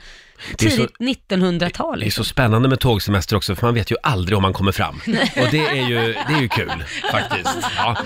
[SPEAKER 1] Det är så-
[SPEAKER 2] tidigt
[SPEAKER 1] Det
[SPEAKER 2] 1900-tal.
[SPEAKER 1] är så spännande med tågsemester också för man vet ju aldrig om man
[SPEAKER 2] *laughs*
[SPEAKER 1] kommer fram. Och det är ju, det är ju kul faktiskt. Ja.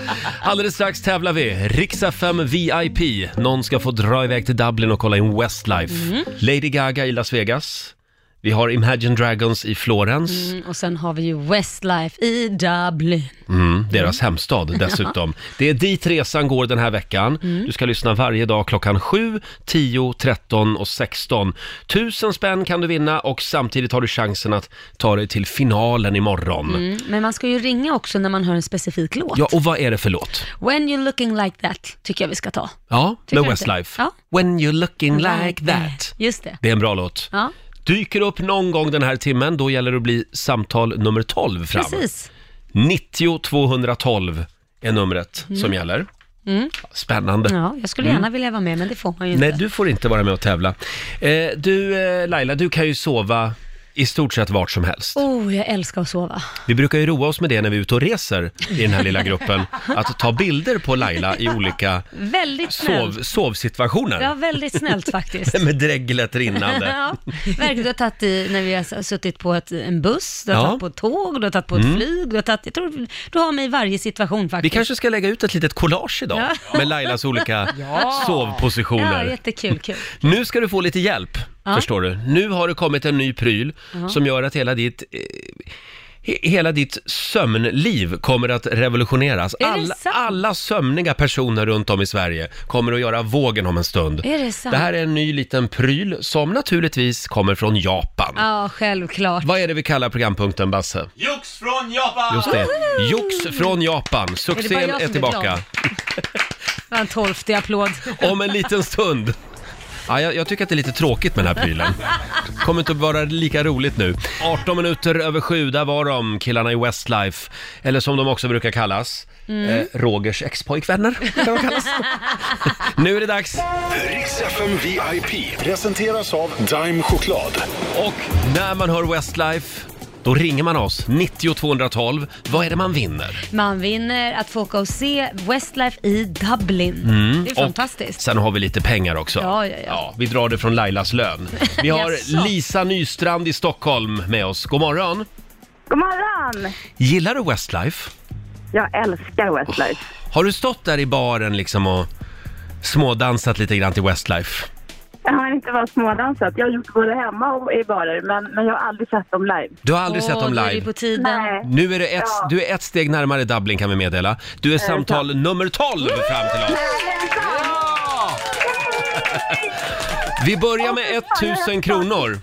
[SPEAKER 1] Alldeles strax tävlar vi. Riksa 5 VIP. Någon ska få dra iväg till Dublin och kolla in Westlife.
[SPEAKER 2] Mhm.
[SPEAKER 1] Lady Gaga i Las Vegas. Vi har Imagine Dragons i Florens.
[SPEAKER 2] Mm, och sen har vi ju Westlife i Dublin.
[SPEAKER 1] Mm,
[SPEAKER 2] *laughs*
[SPEAKER 1] deras hemstad dessutom. Det är dit resan går den här veckan.
[SPEAKER 2] Mm.
[SPEAKER 1] Du ska lyssna varje dag klockan 7, 10, 13 och 16. Tusen spänn kan du vinna och samtidigt har du chansen att ta dig till finalen imorgon.
[SPEAKER 2] Mm. Men man ska ju ringa också när man hör en specifik låt.
[SPEAKER 1] Ja, och vad är det för låt?
[SPEAKER 2] When you're looking like that, tycker jag vi ska ta.
[SPEAKER 1] Ja,
[SPEAKER 2] Tycker
[SPEAKER 1] med
[SPEAKER 2] du inte?
[SPEAKER 1] Westlife.
[SPEAKER 2] Ja.
[SPEAKER 1] When you're looking like that.
[SPEAKER 2] Just det.
[SPEAKER 1] Det är en bra låt.
[SPEAKER 2] Ja,
[SPEAKER 1] Dyker upp någon gång den här timmen, då gäller det att bli samtal nummer 12 fram.
[SPEAKER 2] precis.
[SPEAKER 1] 90 212 är numret som gäller. Spännande.
[SPEAKER 2] Mm. Ja, jag skulle gärna vilja vara med, men det får man ju inte.
[SPEAKER 1] Mm. Nej, du får inte vara med och tävla. Eh, du, eh, Laila, du kan ju sova i stort sett vart som helst.
[SPEAKER 2] Oh, jag älskar att sova.
[SPEAKER 1] Vi brukar ju roa oss med det när vi är ute och reser i den här
[SPEAKER 2] *laughs*
[SPEAKER 1] lilla gruppen. Att ta bilder på Laila i olika
[SPEAKER 2] Väldigt snällt.
[SPEAKER 1] sov, sovsituationer.
[SPEAKER 2] Ja, väldigt snällt
[SPEAKER 1] *laughs*
[SPEAKER 2] faktiskt.
[SPEAKER 1] Med dreglet
[SPEAKER 2] *laughs*
[SPEAKER 1] rinnande.
[SPEAKER 2] Ja, verkligen. Du har tagit i, när vi har suttit på ett, en buss, du har
[SPEAKER 1] Ja. Mm.
[SPEAKER 2] tagit på ett tåg, du har tagit på ett flyg, du har tagit, jag tror du har mig i varje situation
[SPEAKER 1] Vi
[SPEAKER 2] faktiskt.
[SPEAKER 1] kanske ska lägga ut ett litet collage idag med
[SPEAKER 2] *laughs*
[SPEAKER 1] Lailas olika
[SPEAKER 2] Ja,
[SPEAKER 1] sovpositioner.
[SPEAKER 2] jättekul,
[SPEAKER 1] *laughs*
[SPEAKER 2] kul.
[SPEAKER 1] Nu ska du få lite hjälp,
[SPEAKER 2] Ja.
[SPEAKER 1] förstår du. Nu har det kommit en ny pryl som gör att hela ditt, eh, he- hela ditt sömnliv kommer att revolutioneras.
[SPEAKER 2] det
[SPEAKER 1] Alla,
[SPEAKER 2] sant?
[SPEAKER 1] alla sömniga personer runt om i Sverige kommer att göra vågen om en stund.
[SPEAKER 2] Är det sant?
[SPEAKER 1] Det här är en ny liten pryl som naturligtvis kommer från Japan.
[SPEAKER 2] Ja, självklart.
[SPEAKER 1] Vad är det vi kallar programpunkten, Basse?
[SPEAKER 6] Jox från Japan!
[SPEAKER 1] Just det, jox från Japan.
[SPEAKER 2] bara
[SPEAKER 1] Succén
[SPEAKER 2] jag
[SPEAKER 1] är,
[SPEAKER 2] som är
[SPEAKER 1] tillbaka.
[SPEAKER 2] glad? Det var en tolfte applåd.
[SPEAKER 1] Om en liten stund. Ja, jag, jag tycker att det är lite tråkigt med den här prylen. Kommer inte att vara lika roligt nu. 18 minuter över sju, där var de, killarna i Westlife. Eller som de också brukar kallas,
[SPEAKER 2] Mm.
[SPEAKER 1] eh, Rogers expojkvänner. kan de
[SPEAKER 2] *laughs*
[SPEAKER 1] kallas. nu är det dags.
[SPEAKER 4] Riks FM VIP presenteras av Dime Choklad.
[SPEAKER 1] Och när man hör Westlife, då ringer man oss. 90 212. Vad är det man vinner?
[SPEAKER 2] Man vinner att få åka och se Westlife i Dublin.
[SPEAKER 1] Mm.
[SPEAKER 2] det är fantastiskt.
[SPEAKER 1] Sen har vi lite pengar också.
[SPEAKER 2] Ja, ja, ja.
[SPEAKER 1] vi drar det från Lailas lön. Vi
[SPEAKER 2] *laughs*
[SPEAKER 1] har
[SPEAKER 2] Jaså.
[SPEAKER 1] Lisa Nystrand i Stockholm med oss. God morgon!
[SPEAKER 7] God morgon!
[SPEAKER 1] Gillar du Westlife?
[SPEAKER 7] Jag älskar Westlife.
[SPEAKER 1] Har du stått där i baren liksom och smådansat lite grann till Westlife?
[SPEAKER 7] Jag har inte varit smådansat. Jag har gjort både hemma och i barer, men, men jag har aldrig sett dem live.
[SPEAKER 1] Du har aldrig
[SPEAKER 2] Åh,
[SPEAKER 1] sett dem
[SPEAKER 2] nu är det
[SPEAKER 1] live.
[SPEAKER 2] på tiden.
[SPEAKER 7] Nej.
[SPEAKER 1] Nu är du ett,
[SPEAKER 7] Ja.
[SPEAKER 1] du är ett steg närmare Dublin kan vi meddela. Du är samtal nummer 12 fram till oss. *laughs* Vi börjar med 1000 kronor.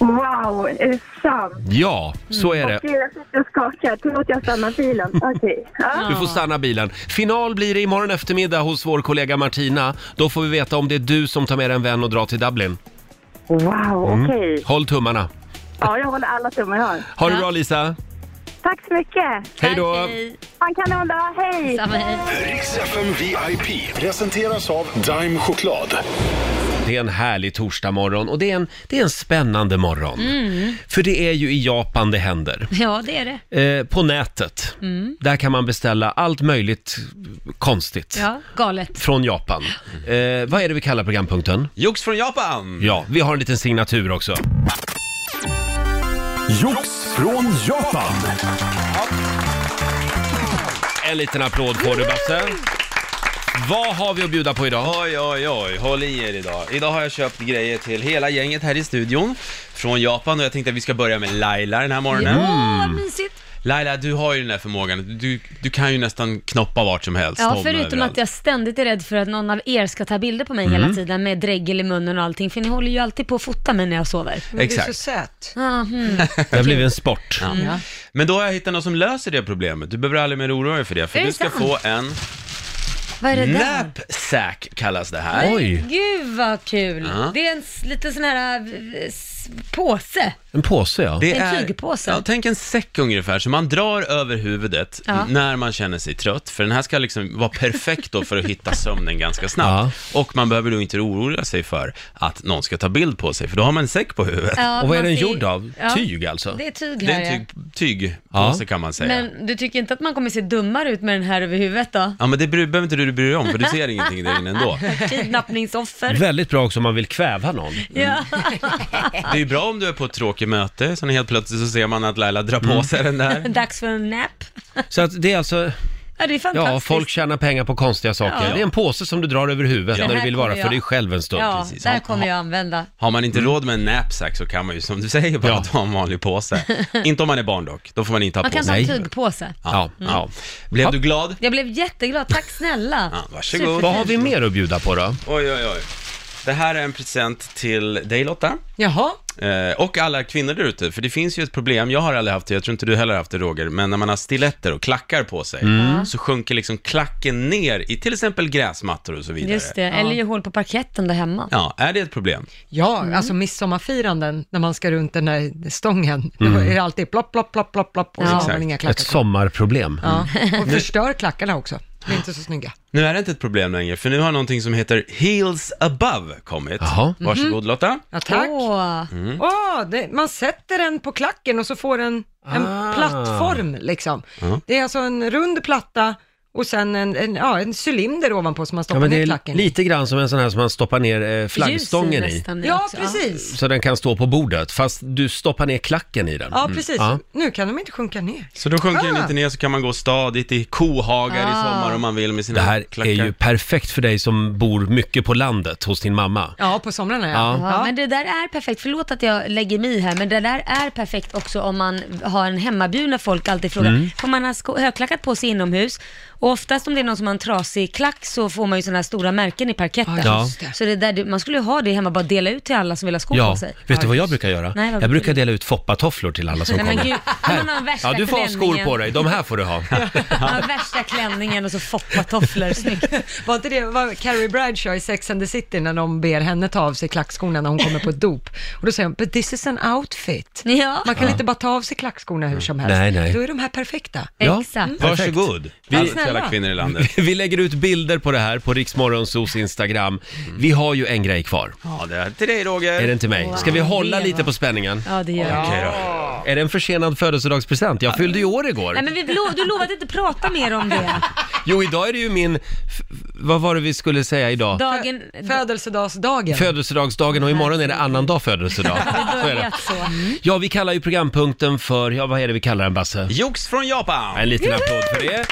[SPEAKER 7] Wow, är det sant?
[SPEAKER 1] Ja, så
[SPEAKER 2] Mm,
[SPEAKER 1] är det.
[SPEAKER 7] Gud, jag sitter och skakar. Tror att jag stannar
[SPEAKER 1] *laughs*
[SPEAKER 7] bilen. Okej. Ja.
[SPEAKER 1] Du får stanna bilen. Final blir det imorgon eftermiddag hos vår kollega Martina. Då får vi veta om det är du som tar med en vän och drar till Dublin.
[SPEAKER 7] Wow, okej.
[SPEAKER 8] Mm.
[SPEAKER 1] Håll tummarna.
[SPEAKER 7] Ja, jag håller alla tummar jag har.
[SPEAKER 1] Ha det
[SPEAKER 2] Ja.
[SPEAKER 1] bra Lisa.
[SPEAKER 7] Tack så mycket.
[SPEAKER 1] Hej då!
[SPEAKER 2] Tack, hej.
[SPEAKER 7] Ha en kanondag. Hej!
[SPEAKER 2] Samma hej.
[SPEAKER 6] Riks-FM VIP presenteras av Dime Choklad.
[SPEAKER 1] Det är en härlig torsdagmorgon och det är en, det är en spännande morgon.
[SPEAKER 2] Mm.
[SPEAKER 1] För det är ju i Japan det händer.
[SPEAKER 2] Ja, det är det.
[SPEAKER 1] Eh, på nätet.
[SPEAKER 2] Mm.
[SPEAKER 1] Där kan man beställa allt möjligt konstigt.
[SPEAKER 2] Ja, galet.
[SPEAKER 1] Från Japan. Eh, vad är det vi kallar programpunkten?
[SPEAKER 9] Jox från Japan!
[SPEAKER 1] Ja, vi har en liten signatur också.
[SPEAKER 4] Jox från Japan.
[SPEAKER 1] En liten applåd får du Basse. Vad har vi att bjuda på idag?
[SPEAKER 9] Oj, oj, oj, håll i er idag. Idag har jag köpt grejer till hela gänget här i studion från Japan och jag tänkte att vi ska börja med Laila den här morgonen.
[SPEAKER 2] Åh,
[SPEAKER 1] Mm.
[SPEAKER 2] vad mysigt.
[SPEAKER 9] Laila, du har ju den här förmågan. Du, du kan ju nästan knoppa vart som helst.
[SPEAKER 2] Ja,
[SPEAKER 9] hovna
[SPEAKER 2] förutom
[SPEAKER 9] överallt.
[SPEAKER 2] att jag ständigt är rädd för att någon av er ska ta bilder på mig
[SPEAKER 1] Mm.
[SPEAKER 2] hela tiden med dregel i munnen och allting, för ni håller ju alltid på att fota mig när jag sover.
[SPEAKER 3] Men du är så
[SPEAKER 9] Exakt.
[SPEAKER 3] söt.
[SPEAKER 1] *laughs*
[SPEAKER 2] Mhm.
[SPEAKER 1] Det har blivit en sport.
[SPEAKER 2] Mm.
[SPEAKER 9] Ja. Men då har jag hittat något som löser det problemet. Du behöver aldrig mer oroa dig för det, för
[SPEAKER 2] Är det
[SPEAKER 9] du ska
[SPEAKER 2] sant?
[SPEAKER 9] få en
[SPEAKER 2] Vad är det där?
[SPEAKER 9] knapsack kallas det här.
[SPEAKER 1] Oj,
[SPEAKER 2] Gud vad kul!
[SPEAKER 9] Ja.
[SPEAKER 2] Det är en s- liten sån här eh, s- påse.
[SPEAKER 1] en påse ja.
[SPEAKER 9] Det
[SPEAKER 2] En tygpåse.
[SPEAKER 9] Ja, tänk en säck ungefär, så man drar över huvudet
[SPEAKER 2] Ja.
[SPEAKER 9] när man känner sig trött, för den här ska liksom vara perfekt då för att hitta sömnen ganska snabbt. Och man behöver då inte oroa sig för att någon ska ta bild på sig, för då har man en säck på huvudet.
[SPEAKER 2] Ja,
[SPEAKER 1] Och vad är
[SPEAKER 2] man
[SPEAKER 1] den
[SPEAKER 2] ser-
[SPEAKER 1] gjord av?
[SPEAKER 2] Ja,
[SPEAKER 1] Tyg alltså?
[SPEAKER 2] Det är tyg
[SPEAKER 9] Det
[SPEAKER 2] här
[SPEAKER 9] är en
[SPEAKER 2] ja.
[SPEAKER 9] tyg, tygpåse
[SPEAKER 1] Ja.
[SPEAKER 9] kan man säga.
[SPEAKER 2] Men du tycker inte att man kommer se dummare ut med den här över huvudet
[SPEAKER 1] *laughs*
[SPEAKER 2] då?
[SPEAKER 9] Ja, men det bryr- behöver inte du bry dig om, för du
[SPEAKER 2] *laughs*
[SPEAKER 9] ser ingenting där inne ändå.
[SPEAKER 2] Kidnappningsoffer.
[SPEAKER 1] Väldigt bra också om man vill kväva någon.
[SPEAKER 2] Ja. *laughs*
[SPEAKER 9] Det är ju bra om du är på ett tråkigt möte, sen helt plötsligt så ser man att Laila drar
[SPEAKER 2] Mm.
[SPEAKER 9] på sig den där.
[SPEAKER 2] *laughs* Dags för en nap.
[SPEAKER 1] Så att det är alltså,
[SPEAKER 2] Ja, det är fantastiskt.
[SPEAKER 1] ja folk tjänar pengar på konstiga saker.
[SPEAKER 2] Ja.
[SPEAKER 1] Det är en påse som du drar över huvudet
[SPEAKER 2] Ja.
[SPEAKER 1] när
[SPEAKER 2] Det
[SPEAKER 1] du
[SPEAKER 2] här
[SPEAKER 1] vill vara
[SPEAKER 2] kommer
[SPEAKER 1] för
[SPEAKER 2] jag-
[SPEAKER 1] dig själv en stund.
[SPEAKER 2] Ja,
[SPEAKER 9] precis.
[SPEAKER 2] där
[SPEAKER 9] Ja,
[SPEAKER 2] kommer jag använda.
[SPEAKER 9] Har man inte
[SPEAKER 2] Mm.
[SPEAKER 9] råd med en knapsack så kan man ju, som du säger, bara
[SPEAKER 1] Ja.
[SPEAKER 9] ta en
[SPEAKER 2] *laughs*
[SPEAKER 9] vanlig påse. inte om man är barn dock, då får man inte ha
[SPEAKER 2] Man
[SPEAKER 9] på
[SPEAKER 2] kan
[SPEAKER 9] sig.
[SPEAKER 2] ta en
[SPEAKER 1] Nej.
[SPEAKER 2] tygpåse.
[SPEAKER 1] Ja, ja.
[SPEAKER 9] Blev du glad?
[SPEAKER 2] Jag blev jätteglad, tack snälla.
[SPEAKER 9] Ja, varsågod.
[SPEAKER 2] Superfint.
[SPEAKER 1] Vad har vi mer att bjuda på då?
[SPEAKER 9] Oj, oj, oj. Det här är en present till dig Lotta,
[SPEAKER 3] Jaha,
[SPEAKER 9] eh, och alla kvinnor där ute, för det finns ju ett problem, jag har aldrig haft det, jag tror inte du heller har haft det Roger, men när man har stiletter och klackar på sig,
[SPEAKER 2] Mm.
[SPEAKER 9] så sjunker liksom klacken ner i till exempel gräsmattor och så vidare.
[SPEAKER 2] Just det, eller ju hål på parketten där hemma.
[SPEAKER 9] Ja, är det ett problem?
[SPEAKER 3] ja,
[SPEAKER 1] Mm.
[SPEAKER 3] alltså midsommarfiranden när man ska runt den där stången, då
[SPEAKER 1] Mm.
[SPEAKER 3] är det alltid plopp, plopp, plopp, plopp, plopp och så
[SPEAKER 2] Ja.
[SPEAKER 3] har man inga
[SPEAKER 1] Ett
[SPEAKER 3] klackar. kvar.
[SPEAKER 1] sommarproblem.
[SPEAKER 3] Ja. Och
[SPEAKER 1] Mm.
[SPEAKER 3] förstör klackarna också, de är inte så snygga.
[SPEAKER 9] Nu är det inte ett problem längre, för nu har någonting som heter Heels Above kommit.
[SPEAKER 1] Jaha.
[SPEAKER 3] Mhm.
[SPEAKER 9] Varsågod Lotta.
[SPEAKER 3] Ja, tack.
[SPEAKER 2] Åh.
[SPEAKER 1] Mm.
[SPEAKER 3] Åh, det, man sätter den på klacken och så får den en
[SPEAKER 1] Ah.
[SPEAKER 3] plattform liksom. Det är alltså en rund platta och sen en, en, ja, en cylinder ovanpå som man
[SPEAKER 1] Ja,
[SPEAKER 3] stoppar
[SPEAKER 1] men det
[SPEAKER 3] ner
[SPEAKER 1] är
[SPEAKER 3] klacken i.
[SPEAKER 1] lite grann som en sån här som man stoppar ner eh, flaggstången
[SPEAKER 2] Ljus
[SPEAKER 1] i.
[SPEAKER 2] nästan nu
[SPEAKER 3] Ja,
[SPEAKER 2] också.
[SPEAKER 3] precis.
[SPEAKER 1] Så den kan stå på bordet, fast du stoppar ner klacken i den.
[SPEAKER 3] Ja, precis.
[SPEAKER 1] Ja.
[SPEAKER 3] Nu kan de inte sjunka ner.
[SPEAKER 9] Så då sjunker den
[SPEAKER 3] Ah.
[SPEAKER 9] inte ner så kan man gå stadigt i kohagar i sommar om man vill med sina
[SPEAKER 1] Det här är
[SPEAKER 9] klackar.
[SPEAKER 1] ju perfekt för dig som bor mycket på landet hos din mamma.
[SPEAKER 3] Ja, på somrarna
[SPEAKER 1] Ja.
[SPEAKER 3] ja.
[SPEAKER 2] Ja, men det där är perfekt. Förlåt att jag lägger mig i här, men det där är perfekt också om man har en hemmabjud när folk alltid frågar.
[SPEAKER 1] Mm.
[SPEAKER 2] För man har sko- högklackat på sig inomhus och oftast om det är någon som har en trasig klack så får man ju sådana här stora märken i parketten.
[SPEAKER 1] Ja, just
[SPEAKER 3] det.
[SPEAKER 2] Så det där, man skulle ju ha det hemma, bara dela ut till alla som vill ha skor
[SPEAKER 1] Ja,
[SPEAKER 2] på sig.
[SPEAKER 1] vet du vad jag brukar göra?
[SPEAKER 2] Nej, vad
[SPEAKER 1] jag brukar
[SPEAKER 2] brukar du?
[SPEAKER 1] dela ut foppatofflor till alla som
[SPEAKER 2] Nej, men
[SPEAKER 1] kommer.
[SPEAKER 2] gud, man har värsta
[SPEAKER 1] Ja, du får ha skor
[SPEAKER 2] klänningen.
[SPEAKER 1] på dig. De här får
[SPEAKER 2] *laughs*
[SPEAKER 1] du ha.
[SPEAKER 2] Man har värsta klänningen och så foppatofflor, snyggt.
[SPEAKER 3] Var inte det var Carrie Bradshaw i Sex and the City när de ber henne ta av sig klackskorna när hon kommer på ett dop? Och då säger hon, but this is an outfit.
[SPEAKER 2] Ja,
[SPEAKER 3] Man kan inte bara ta av sig klackskorna hur som helst.
[SPEAKER 1] Mm. Nej, nej.
[SPEAKER 3] Då är de här perfekta.
[SPEAKER 1] Ja. Mm.
[SPEAKER 2] exakt.
[SPEAKER 9] Varsågod. Vi
[SPEAKER 3] Ja,
[SPEAKER 9] till alla
[SPEAKER 3] snälla.
[SPEAKER 9] kvinnor i landet.
[SPEAKER 1] Vi lägger ut bilder på det här på Riksmorgonsos Instagram. Vi har ju en grej kvar.
[SPEAKER 9] Ja, det är till dig Roger.
[SPEAKER 1] Är det inte mig? Ska vi hålla
[SPEAKER 2] det, va?
[SPEAKER 1] lite på spänningen?
[SPEAKER 2] Ja, det gör jag.
[SPEAKER 9] Okej då.
[SPEAKER 1] Är det en försenad födelsedagspresent? Jag fyllde ju år igår.
[SPEAKER 2] Nej, men vi lo- du lovade att inte prata mer *laughs* om det.
[SPEAKER 1] Jo, idag är det ju min... f- Vad var det vi skulle säga idag?
[SPEAKER 2] Dagen...
[SPEAKER 1] Eh,
[SPEAKER 3] Födelsedagsdagen.
[SPEAKER 1] Födelsedagen och imorgon är det
[SPEAKER 2] *laughs*
[SPEAKER 1] annandag födelsedag. Så är det.
[SPEAKER 2] Börjat så.
[SPEAKER 1] Ja, vi kallar ju programpunkten för, ja vad är det vi kallar den Basse?
[SPEAKER 9] Jox från Japan.
[SPEAKER 1] En liten applåd för det.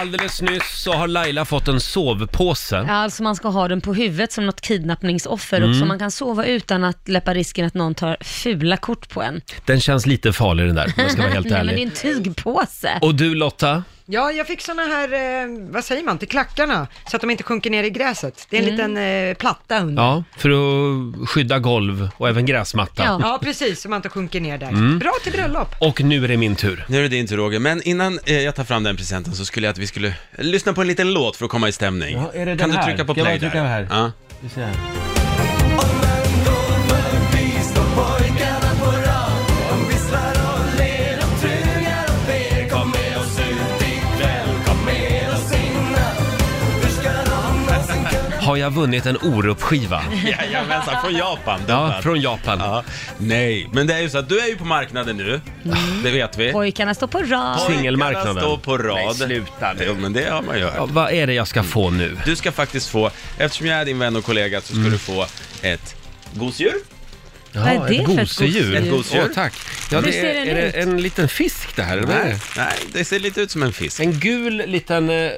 [SPEAKER 1] Alldeles nyss så har Laila fått en sovpåse.
[SPEAKER 2] Ja, alltså man ska ha den på huvudet som något kidnappningsoffer också.
[SPEAKER 1] Mm.
[SPEAKER 2] Man kan sova utan att löpa risken att någon tar fula kort på en.
[SPEAKER 1] Den känns lite farlig den där, om jag ska vara
[SPEAKER 2] *laughs*
[SPEAKER 1] helt
[SPEAKER 2] Nej, men det är
[SPEAKER 1] ärlig.
[SPEAKER 2] en tygpåse.
[SPEAKER 1] Och du Lotta,
[SPEAKER 3] Ja, jag fick såna här, eh, vad säger man, till klackarna, så att de inte sjunker ner i gräset. Det är en liten eh, platta under. Ja.
[SPEAKER 1] Mm. ja, för att skydda golv och även gräsmatta.
[SPEAKER 2] Ja.
[SPEAKER 3] precis, så man inte sjunker ner där.
[SPEAKER 1] Mm.
[SPEAKER 3] Bra till bröllop.
[SPEAKER 1] Och nu är det min tur.
[SPEAKER 9] Nu är det din tur Roger, men innan eh, jag tar fram den presenten så skulle jag att vi skulle lyssna på en liten låt för att komma i stämning.
[SPEAKER 1] Ja, är det den
[SPEAKER 9] kan
[SPEAKER 1] här?
[SPEAKER 9] du trycka på
[SPEAKER 1] Ska jag
[SPEAKER 9] play
[SPEAKER 1] bara
[SPEAKER 9] där?
[SPEAKER 1] trycka här?
[SPEAKER 9] Ja.
[SPEAKER 1] har jag vunnit en Orup-skiva.
[SPEAKER 9] Jajamensan, från Japan.
[SPEAKER 1] Ja,
[SPEAKER 9] dubbad.
[SPEAKER 1] från Japan.
[SPEAKER 9] Ja, nej, men det är ju så att du är ju på marknaden nu.
[SPEAKER 3] Mm.
[SPEAKER 9] Det vet vi.
[SPEAKER 2] Pojkarna står på rad.
[SPEAKER 1] Oj. Singelmarknaden.
[SPEAKER 9] Pojkarna står på rad.
[SPEAKER 1] Nej, sluta nu.
[SPEAKER 9] Jo, men det har man ju
[SPEAKER 1] Ja,
[SPEAKER 9] hört.
[SPEAKER 1] vad är det jag ska få nu?
[SPEAKER 9] Du ska faktiskt få, eftersom jag är din vän och kollega, så ska
[SPEAKER 1] Mm.
[SPEAKER 9] du få ett gosedjur.
[SPEAKER 2] Vad är det för ett gosedjur?
[SPEAKER 9] Ett gosedjur.
[SPEAKER 1] Åh, tack. Ja,
[SPEAKER 2] Hur
[SPEAKER 1] det
[SPEAKER 2] ser
[SPEAKER 1] är,
[SPEAKER 2] den
[SPEAKER 1] är det
[SPEAKER 2] ut?
[SPEAKER 1] en liten fisk det här? eller vad är
[SPEAKER 9] Nej,
[SPEAKER 1] det?
[SPEAKER 9] nej, det ser lite ut som en fisk.
[SPEAKER 1] En gul liten eh,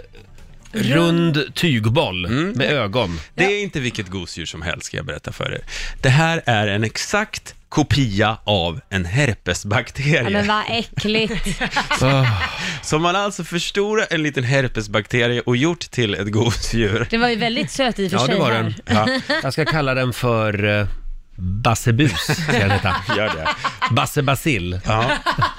[SPEAKER 1] rund tygboll
[SPEAKER 9] Mm.
[SPEAKER 1] med ögon.
[SPEAKER 9] Det är inte vilket gosedjur som helst, ska jag berätta för er. Det här är en exakt kopia av en herpesbakterie.
[SPEAKER 2] Ja, men vad äckligt.
[SPEAKER 9] Så man har alltså förstorat en liten herpesbakterie och gjort till ett
[SPEAKER 1] *laughs*
[SPEAKER 9] gosedjur.
[SPEAKER 2] Det var ju väldigt söt i och för
[SPEAKER 1] Ja,
[SPEAKER 2] sig
[SPEAKER 1] det var
[SPEAKER 2] här.
[SPEAKER 1] den. Ja.
[SPEAKER 2] *laughs*
[SPEAKER 1] Jag ska kalla den för eh, Bassebus, ska
[SPEAKER 2] *laughs*
[SPEAKER 1] den heta.
[SPEAKER 9] Gör det.
[SPEAKER 1] Bassebasil.
[SPEAKER 9] Ja,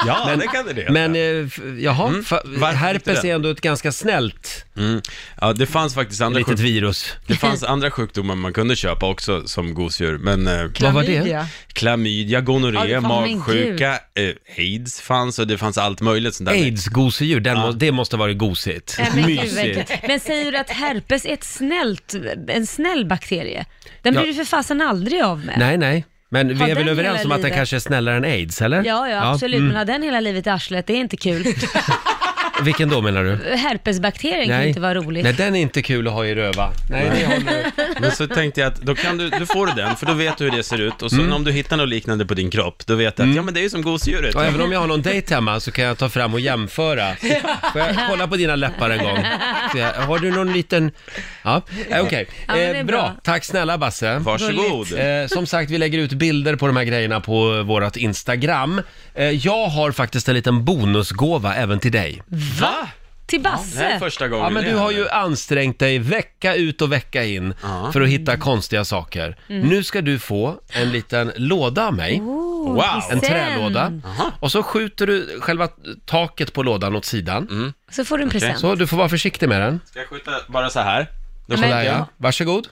[SPEAKER 9] ja det kan det heta.
[SPEAKER 1] Men, eh, f- jaha,
[SPEAKER 2] Mm.
[SPEAKER 1] fa-
[SPEAKER 9] Varför
[SPEAKER 1] herpes
[SPEAKER 9] inte
[SPEAKER 1] är
[SPEAKER 9] den?
[SPEAKER 1] ändå ett ganska snällt
[SPEAKER 9] Mm. Ja, det fanns faktiskt andra,
[SPEAKER 1] litet
[SPEAKER 9] sjuk-
[SPEAKER 1] virus.
[SPEAKER 9] det fanns andra sjukdomar man kunde köpa också som gosedjur, men eh,
[SPEAKER 1] Vad var det?
[SPEAKER 3] Klamydia.
[SPEAKER 9] klamydia, gonorré,
[SPEAKER 2] Ja, det fan, men
[SPEAKER 9] magsjuka, eh, aids fanns och det fanns allt möjligt sånt där.
[SPEAKER 1] Aids-gosedjur, den må, det måste ha varit gosigt.
[SPEAKER 2] Nej, men, gud, vad
[SPEAKER 1] Mysigt.
[SPEAKER 2] äckligt. men säger du att herpes är ett snällt, en snäll bakterie? Den
[SPEAKER 1] Ja.
[SPEAKER 2] blir du för fasen aldrig av med.
[SPEAKER 1] Nej, nej. Men vi
[SPEAKER 2] Har
[SPEAKER 1] är väl
[SPEAKER 2] den
[SPEAKER 1] överens
[SPEAKER 2] hela
[SPEAKER 1] om att den
[SPEAKER 2] livet?
[SPEAKER 1] kanske är snällare än aids, eller?
[SPEAKER 2] Ja, ja, absolut.
[SPEAKER 1] mm.
[SPEAKER 2] Men ha den hela livet i arslet, det är inte kul.
[SPEAKER 1] Vilken då menar du?
[SPEAKER 2] Herpesbakterien kan ju inte vara rolig.
[SPEAKER 1] Nej, den är inte kul att ha i röva. Nej, det håller...
[SPEAKER 9] Men så tänkte jag att då kan du, du får du den, för då vet du hur det ser ut. Och så
[SPEAKER 1] Mm.
[SPEAKER 9] om du hittar något liknande på din kropp, då vet du att ja men det är ju som gosedjuret.
[SPEAKER 1] Och även om jag har någon dejt hemma så kan jag ta fram
[SPEAKER 2] *laughs*
[SPEAKER 1] och jämföra. Får jag kolla på dina läppar en gång? Så jag, har du någon liten... Ja, eh, okej.
[SPEAKER 2] Ja, men det är
[SPEAKER 1] Eh, bra.
[SPEAKER 2] bra.
[SPEAKER 1] Tack snälla Basse.
[SPEAKER 9] Varsågod.
[SPEAKER 1] Eh, som sagt, vi lägger ut bilder på de här grejerna på vårt Instagram. Eh, jag har faktiskt en liten bonusgåva även till dig.
[SPEAKER 9] Va?
[SPEAKER 2] Till
[SPEAKER 9] Det här är
[SPEAKER 2] Basse.
[SPEAKER 9] första gången
[SPEAKER 1] Ja, men
[SPEAKER 9] det
[SPEAKER 1] du har
[SPEAKER 9] händer.
[SPEAKER 1] ju ansträngt dig vecka ut och vecka in
[SPEAKER 9] Ja.
[SPEAKER 1] för att hitta konstiga saker. Nu ska du få en liten låda av mig.
[SPEAKER 2] Mm. Oh,
[SPEAKER 9] Wow.
[SPEAKER 1] En
[SPEAKER 2] present.
[SPEAKER 1] trälåda. Och så skjuter du själva taket på lådan åt sidan.
[SPEAKER 9] Mm.
[SPEAKER 2] Så får du en present.
[SPEAKER 1] Så du får vara försiktig med den.
[SPEAKER 9] Ska jag skjuta bara så här? Då
[SPEAKER 2] Men-
[SPEAKER 1] Där
[SPEAKER 9] skjuter jag.
[SPEAKER 1] ja.
[SPEAKER 9] *laughs*
[SPEAKER 1] Varsågod.